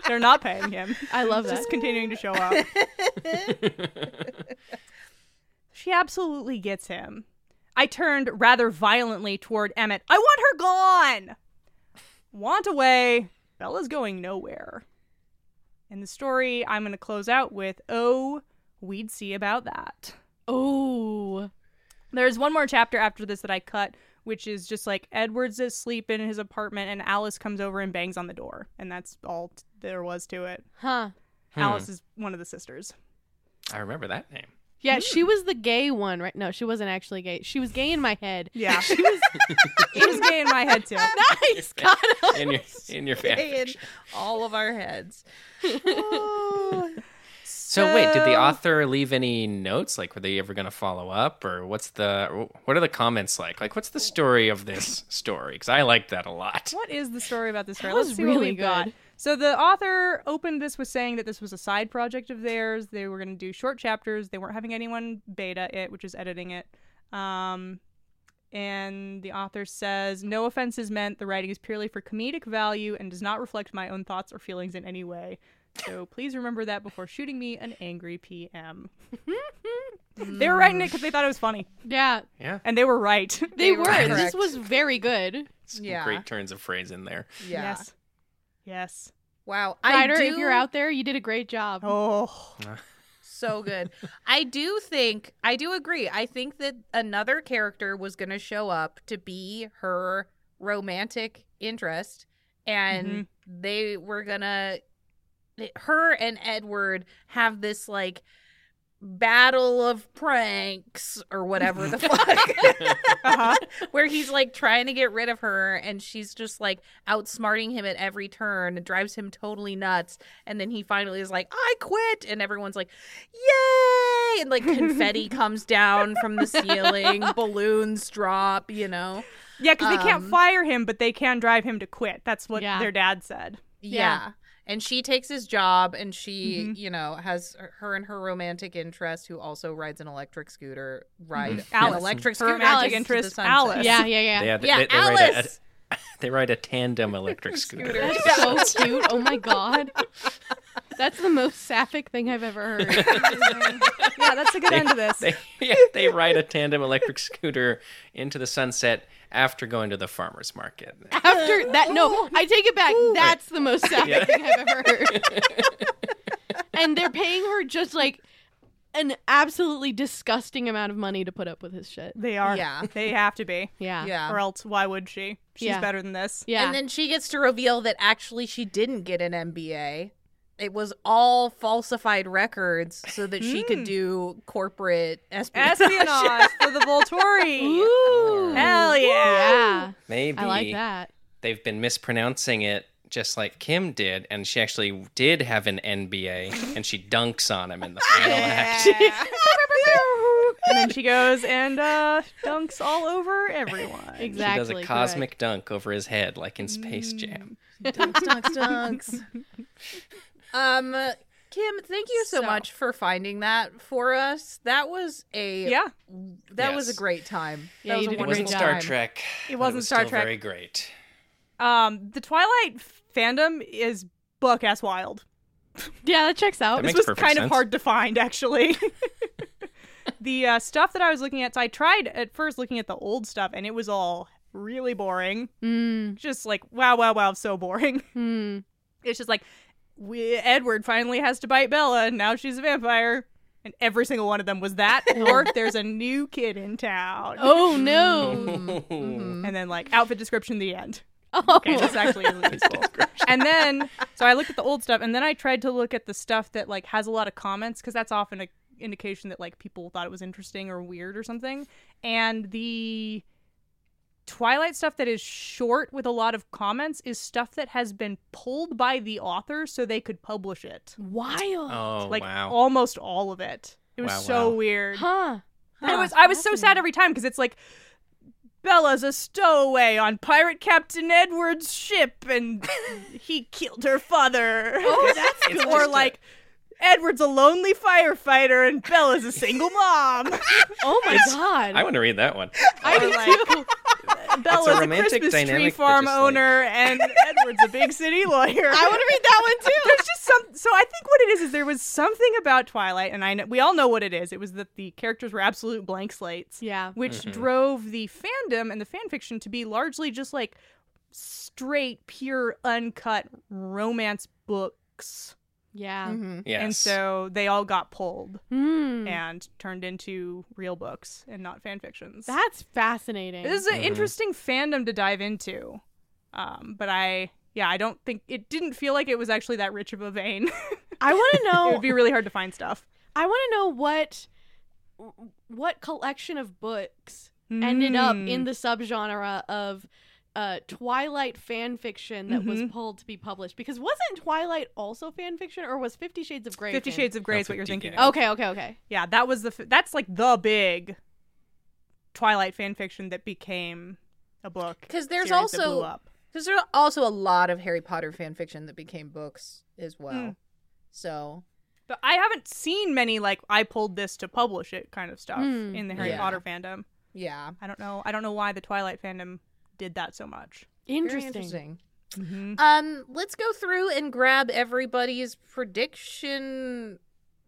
[SPEAKER 1] They're not paying him.
[SPEAKER 4] I love that.
[SPEAKER 1] Just continuing to show up. she absolutely gets him. I turned rather violently toward Emmett. I want her gone. Want away. Bella's going nowhere. And the story I'm going to close out with oh, we'd see about that.
[SPEAKER 4] Oh,
[SPEAKER 1] There's one more chapter after this that I cut, which is just like Edwards is sleeping in his apartment and Alice comes over and bangs on the door. And that's all t- there was to it.
[SPEAKER 4] huh.
[SPEAKER 1] Alice is one of the sisters.
[SPEAKER 3] Hmm. I remember that name.
[SPEAKER 4] Yeah, she was the gay one, right? No, she wasn't actually gay. She was gay in my head.
[SPEAKER 1] Yeah. she was, it was gay in my head too.
[SPEAKER 4] Nice, got him.
[SPEAKER 3] In your in your
[SPEAKER 2] In
[SPEAKER 3] fanfiction.
[SPEAKER 2] all of our heads. Oh,
[SPEAKER 3] So wait, did the
[SPEAKER 1] So-
[SPEAKER 3] author leave any notes? Like, were they ever going to follow up, or what's the what are the comments like? Like, what's the story of this story? Because I like that a lot.
[SPEAKER 1] What is the story about this story?
[SPEAKER 4] That was
[SPEAKER 1] Let's see what
[SPEAKER 4] really
[SPEAKER 1] we've got.
[SPEAKER 4] good.
[SPEAKER 1] So the author opened this with saying that this was a side project of theirs. They were going to do short chapters. They weren't having anyone beta it, which is editing it. Um, and the author says, "No offense is meant. The writing is purely for comedic value and does not reflect my own thoughts or feelings in any way. So please remember that before shooting me an angry PM." they were writing it because they thought it was funny,
[SPEAKER 4] Yeah,
[SPEAKER 3] Yeah,
[SPEAKER 1] and they were right.
[SPEAKER 4] they,
[SPEAKER 2] They
[SPEAKER 4] were.
[SPEAKER 2] were
[SPEAKER 4] This
[SPEAKER 2] correct.
[SPEAKER 4] was very good.
[SPEAKER 3] some
[SPEAKER 2] Yeah.
[SPEAKER 3] great turns of phrase in there.
[SPEAKER 2] yeah.
[SPEAKER 1] Yes. Yes.
[SPEAKER 2] Wow.
[SPEAKER 4] Ryder,
[SPEAKER 2] I do,
[SPEAKER 4] if you're out there, you did a great job.
[SPEAKER 1] Oh.
[SPEAKER 2] So good. I do think, I do agree. I think that another character was going to show up to be her romantic interest, and
[SPEAKER 1] Mhm.
[SPEAKER 2] they were going to, her and Edward have this like battle of pranks or whatever the fuck.
[SPEAKER 1] Uh-huh.
[SPEAKER 2] where he's like trying to get rid of her and she's just like outsmarting him at every turn and drives him totally nuts and then he finally is like i quit and everyone's like yay and like confetti comes down from the ceiling balloons drop you know
[SPEAKER 1] Yeah, because they can't
[SPEAKER 2] Um,
[SPEAKER 1] fire him, but they can drive him to quit. That's what
[SPEAKER 4] Yeah.
[SPEAKER 1] their dad said.
[SPEAKER 2] yeah,
[SPEAKER 4] Yeah.
[SPEAKER 2] and she takes his job and she
[SPEAKER 1] Mhm.
[SPEAKER 2] you know has her and her romantic interest who also rides an electric scooter ride an
[SPEAKER 1] Alice.
[SPEAKER 2] electric
[SPEAKER 1] Mm-hmm. Her
[SPEAKER 2] scooter
[SPEAKER 1] romantic
[SPEAKER 2] to the
[SPEAKER 1] interest,
[SPEAKER 2] sunset.
[SPEAKER 1] Alice.
[SPEAKER 4] Yeah, yeah, yeah.
[SPEAKER 3] They, had-
[SPEAKER 2] yeah
[SPEAKER 3] they, they ride a,
[SPEAKER 2] alice
[SPEAKER 3] they ride a tandem electric scooter.
[SPEAKER 4] That's so cute. Oh my god. That's the most sapphic thing I've ever heard.
[SPEAKER 1] Yeah, that's a good end to this.
[SPEAKER 3] they, yeah, they ride a tandem electric scooter into the sunset after going to the farmer's market.
[SPEAKER 4] After that, no, I take it back. That's the most sapphic
[SPEAKER 3] Yeah.
[SPEAKER 4] thing I've ever heard. And they're paying her just like an absolutely disgusting amount of money to put up with his shit.
[SPEAKER 1] they are.
[SPEAKER 2] Yeah.
[SPEAKER 1] They have to be.
[SPEAKER 4] Yeah.
[SPEAKER 2] yeah
[SPEAKER 1] Or else, why would she? She's
[SPEAKER 4] Yeah.
[SPEAKER 1] better than this.
[SPEAKER 4] Yeah.
[SPEAKER 2] And then she gets to reveal that actually she didn't get an MBA. It was all falsified records so that she
[SPEAKER 6] Hmm.
[SPEAKER 2] could do corporate espionage.
[SPEAKER 1] Espionage for the Volturi.
[SPEAKER 4] Ooh.
[SPEAKER 1] Hell yeah.
[SPEAKER 4] Yeah.
[SPEAKER 3] Maybe
[SPEAKER 4] I like that.
[SPEAKER 3] they've been mispronouncing it just like Kim did, and she actually did have an NBA, and she dunks on him in the final act.
[SPEAKER 1] and then she goes and uh, dunks all over everyone.
[SPEAKER 4] Exactly.
[SPEAKER 3] she does a
[SPEAKER 4] correct.
[SPEAKER 3] cosmic dunk over his head,
[SPEAKER 1] Mm,
[SPEAKER 3] like in Space Jam.
[SPEAKER 2] dunks, dunks, dunks. Um, Kim, thank you so,
[SPEAKER 1] So.
[SPEAKER 2] much for finding that for us. That was a
[SPEAKER 1] Yeah.
[SPEAKER 2] that was a
[SPEAKER 3] Yes.
[SPEAKER 2] great time.
[SPEAKER 4] Yeah,
[SPEAKER 2] that
[SPEAKER 4] you
[SPEAKER 2] was
[SPEAKER 4] did
[SPEAKER 2] a
[SPEAKER 4] a
[SPEAKER 3] It
[SPEAKER 4] great
[SPEAKER 2] wonderful
[SPEAKER 3] wasn't
[SPEAKER 4] job.
[SPEAKER 3] Star
[SPEAKER 2] time.
[SPEAKER 3] Trek. but
[SPEAKER 1] wasn't Star
[SPEAKER 3] still
[SPEAKER 1] Trek.
[SPEAKER 3] Very great.
[SPEAKER 1] Um, the Twilight fandom is buck ass wild.
[SPEAKER 4] Yeah, that checks out.
[SPEAKER 3] That makes
[SPEAKER 1] this was
[SPEAKER 3] perfect
[SPEAKER 1] kind of
[SPEAKER 3] sense.
[SPEAKER 1] hard to find, actually. the uh, stuff that I was looking at, so I tried at first looking at the old stuff, and it was all really boring.
[SPEAKER 4] Mm,
[SPEAKER 1] Just like wow, wow, wow, so boring.
[SPEAKER 4] mm.
[SPEAKER 1] It's just like we, Edward finally has to bite Bella, and now she's a vampire. And every single one of them was that, or there's a new kid in town.
[SPEAKER 4] Oh no.
[SPEAKER 2] Mm-hmm.
[SPEAKER 1] And then like outfit description, the end.
[SPEAKER 4] Oh.
[SPEAKER 1] Okay, that's actually really useful. and then, so I looked at the old stuff, and then I tried to look at the stuff that like has a lot of comments because that's often a indication that like people thought it was interesting or weird or something. And the Twilight stuff that is short with a lot of comments is stuff that has been pulled by the author so they could publish it.
[SPEAKER 4] Wild.
[SPEAKER 3] Oh
[SPEAKER 1] like
[SPEAKER 3] wow.
[SPEAKER 1] almost all of it. It was
[SPEAKER 3] Wow,
[SPEAKER 1] so
[SPEAKER 3] wow.
[SPEAKER 1] weird.
[SPEAKER 4] Huh.
[SPEAKER 1] I was I was so sad every time because it's like Bella's a stowaway on pirate Captain Edward's ship and he killed her father. Oh, that's
[SPEAKER 3] It's
[SPEAKER 1] Or
[SPEAKER 3] just a-
[SPEAKER 1] like Edward's a lonely firefighter and Bella's a single mom.
[SPEAKER 4] Oh my god.
[SPEAKER 3] I want to read that one.
[SPEAKER 1] I like Bella's a,
[SPEAKER 3] romantic
[SPEAKER 1] Christmas
[SPEAKER 3] dynamic,
[SPEAKER 1] tree
[SPEAKER 3] but
[SPEAKER 1] farm
[SPEAKER 3] just, like-
[SPEAKER 1] owner and Edward's a big city lawyer.
[SPEAKER 4] I want to read that one too.
[SPEAKER 1] There's just some. So I think what it is is there was something about Twilight, and I know, we all know what it is. It was that the characters were absolute blank slates.
[SPEAKER 4] Yeah.
[SPEAKER 1] which
[SPEAKER 3] Mhm.
[SPEAKER 1] drove the fandom and the fan fiction to be largely just like straight, pure, uncut romance books.
[SPEAKER 4] Yeah.
[SPEAKER 2] Mhm.
[SPEAKER 3] Yes.
[SPEAKER 1] And so they all got pulled
[SPEAKER 4] Mm.
[SPEAKER 1] and turned into real books and not fan fictions.
[SPEAKER 4] That's fascinating.
[SPEAKER 1] this is an
[SPEAKER 3] Mhm.
[SPEAKER 1] interesting fandom to dive into. Um, but I, yeah, I don't think it didn't feel like it was actually that rich of a vein.
[SPEAKER 4] I want to
[SPEAKER 1] it
[SPEAKER 4] know.
[SPEAKER 1] would be really hard to find stuff.
[SPEAKER 4] I want to know what what collection of books ended up
[SPEAKER 1] Hmm.
[SPEAKER 4] in the subgenre of uh, Twilight fan fiction that was
[SPEAKER 1] Mhm.
[SPEAKER 4] pulled to be published. Because wasn't Twilight also fan fiction, or was Fifty Shades of Grey?
[SPEAKER 1] Fifty
[SPEAKER 4] fan-
[SPEAKER 1] Shades of Grey
[SPEAKER 3] No,
[SPEAKER 1] is what you're
[SPEAKER 3] 50,
[SPEAKER 1] thinking.
[SPEAKER 3] yeah.
[SPEAKER 1] of.
[SPEAKER 4] Okay. Okay. Okay.
[SPEAKER 1] yeah that was the f- that's like the big twilight fan fiction that became a book
[SPEAKER 6] 'Cause there's
[SPEAKER 1] series that
[SPEAKER 6] also-
[SPEAKER 1] blew up.
[SPEAKER 6] Because there are also a lot of Harry Potter fan fiction that became books as well.
[SPEAKER 1] Mm.
[SPEAKER 6] So
[SPEAKER 1] but i haven't seen many like i pulled this to publish it kind of stuff
[SPEAKER 4] Hmm.
[SPEAKER 1] in the harry
[SPEAKER 6] Yeah.
[SPEAKER 1] potter fandom
[SPEAKER 6] yeah,
[SPEAKER 1] i don't know i don't know why the twilight fandom did that so much
[SPEAKER 6] Very
[SPEAKER 4] Interesting.
[SPEAKER 6] interesting.
[SPEAKER 1] mm-hmm.
[SPEAKER 6] Um, let's go through and grab everybody's prediction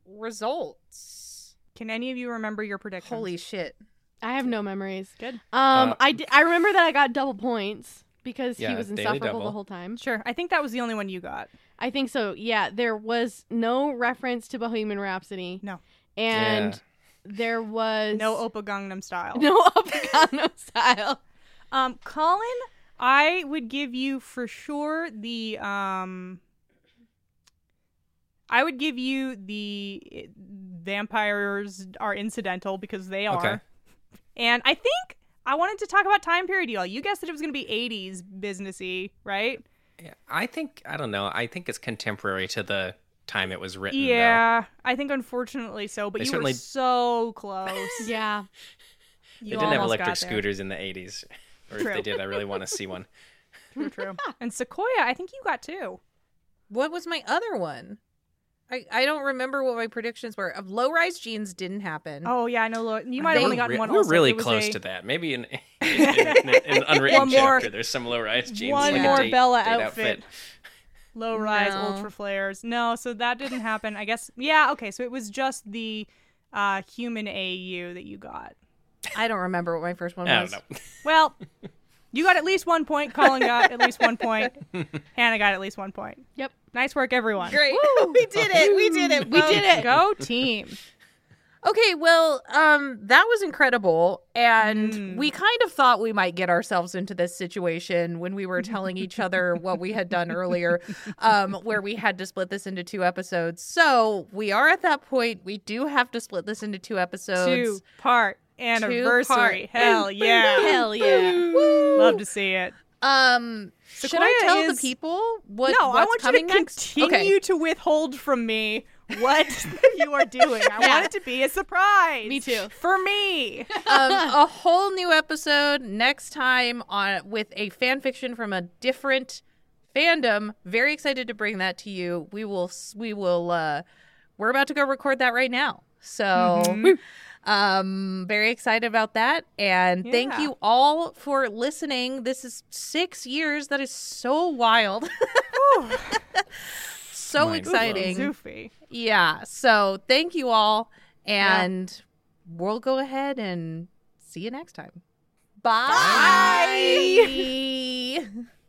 [SPEAKER 6] results.
[SPEAKER 1] can any of you remember your prediction
[SPEAKER 6] Holy shit!
[SPEAKER 4] I have no memories.
[SPEAKER 1] Good.
[SPEAKER 4] Um,
[SPEAKER 3] Uh,
[SPEAKER 4] I di- I remember that I got double points because he
[SPEAKER 3] Yeah,
[SPEAKER 4] was
[SPEAKER 3] daily
[SPEAKER 4] insufferable the
[SPEAKER 3] double.
[SPEAKER 4] whole time.
[SPEAKER 1] sure i think that was the only one you got
[SPEAKER 4] I think so. Yeah, there was no reference to Bohemian Rhapsody.
[SPEAKER 1] No.
[SPEAKER 4] And
[SPEAKER 3] Yeah.
[SPEAKER 4] there was
[SPEAKER 1] no opa gangnam style
[SPEAKER 4] no up no style.
[SPEAKER 1] um colin i would give you for sure the um I would give you the vampires are incidental because they are.
[SPEAKER 3] Okay.
[SPEAKER 1] And I think I wanted to talk about time period, y'all. You guessed that it was going to be 80s businessy, right?
[SPEAKER 3] Yeah, I think I don't know. I think it's contemporary to the time it was written. though.
[SPEAKER 1] yeah, I think unfortunately so, but
[SPEAKER 3] They
[SPEAKER 1] you
[SPEAKER 3] certainly-
[SPEAKER 1] were so close.
[SPEAKER 4] Yeah.
[SPEAKER 1] You
[SPEAKER 3] They didn't have
[SPEAKER 1] almost
[SPEAKER 3] electric
[SPEAKER 1] got there.
[SPEAKER 3] scooters in the 80s. Or if
[SPEAKER 1] True.
[SPEAKER 3] they did, I really want to see one.
[SPEAKER 1] True, true. And Sequoia, I think you got two.
[SPEAKER 2] What was
[SPEAKER 6] My other one, I I don't remember what my predictions were. Of low rise jeans didn't happen.
[SPEAKER 1] Oh, yeah, I know. Lo- You might have
[SPEAKER 6] They-
[SPEAKER 1] only
[SPEAKER 3] Re-
[SPEAKER 1] gotten one.
[SPEAKER 3] We're
[SPEAKER 1] also.
[SPEAKER 3] really
[SPEAKER 1] It was
[SPEAKER 3] close
[SPEAKER 1] a-
[SPEAKER 3] to that. Maybe in, in, in, in an unwritten
[SPEAKER 1] One more-
[SPEAKER 3] chapter, there's some low-rise jeans.
[SPEAKER 1] one
[SPEAKER 3] like a
[SPEAKER 1] more
[SPEAKER 3] date-
[SPEAKER 1] Bella
[SPEAKER 3] date
[SPEAKER 1] outfit. low rise
[SPEAKER 6] No.
[SPEAKER 1] ultra flares. No, so that didn't happen. I guess yeah, okay, so it was just the uh human AU that you got.
[SPEAKER 6] I don't remember what my first one was.
[SPEAKER 3] I don't know.
[SPEAKER 1] Well, you got at least one point, Colin got at least one point, Hannah got at least one point.
[SPEAKER 4] Yep.
[SPEAKER 1] Nice work everyone.
[SPEAKER 2] great? we did it. We did it.
[SPEAKER 4] We did it.
[SPEAKER 1] Go team.
[SPEAKER 6] Okay, well, um, that was incredible, and
[SPEAKER 1] Mm.
[SPEAKER 6] we kind of thought we might get ourselves into this situation when we were telling each other what we had done earlier, um, where we had to split this into two episodes. So we are at that point. We do have to split this into two
[SPEAKER 1] Two
[SPEAKER 6] episodes.
[SPEAKER 1] part anniversary. Hell yeah.
[SPEAKER 4] Hell yeah.
[SPEAKER 1] Love to see it.
[SPEAKER 6] Um, should I
[SPEAKER 1] Sequoia
[SPEAKER 6] tell
[SPEAKER 1] is-
[SPEAKER 6] the people what?
[SPEAKER 1] no,
[SPEAKER 6] what's
[SPEAKER 1] I want you
[SPEAKER 6] coming
[SPEAKER 1] to
[SPEAKER 6] next?
[SPEAKER 1] continue
[SPEAKER 6] Okay.
[SPEAKER 1] to withhold from me what you are doing. I want it to be a surprise.
[SPEAKER 4] Me too.
[SPEAKER 1] For me.
[SPEAKER 6] um, a whole new episode next time on with a fan fiction from a different
[SPEAKER 2] fandom. Very excited to bring that to you. We will s- we will uh we're about to go record that right now.
[SPEAKER 6] Oh,
[SPEAKER 2] So
[SPEAKER 1] Mm-hmm.
[SPEAKER 2] um very excited about that and thank
[SPEAKER 1] Yeah.
[SPEAKER 2] you all for listening. This is 6 years that is so wild. so
[SPEAKER 3] Mind blown.
[SPEAKER 2] exciting.
[SPEAKER 1] Zoofy.
[SPEAKER 2] Yeah. So thank you all. And we'll go ahead and see you next time. Bye.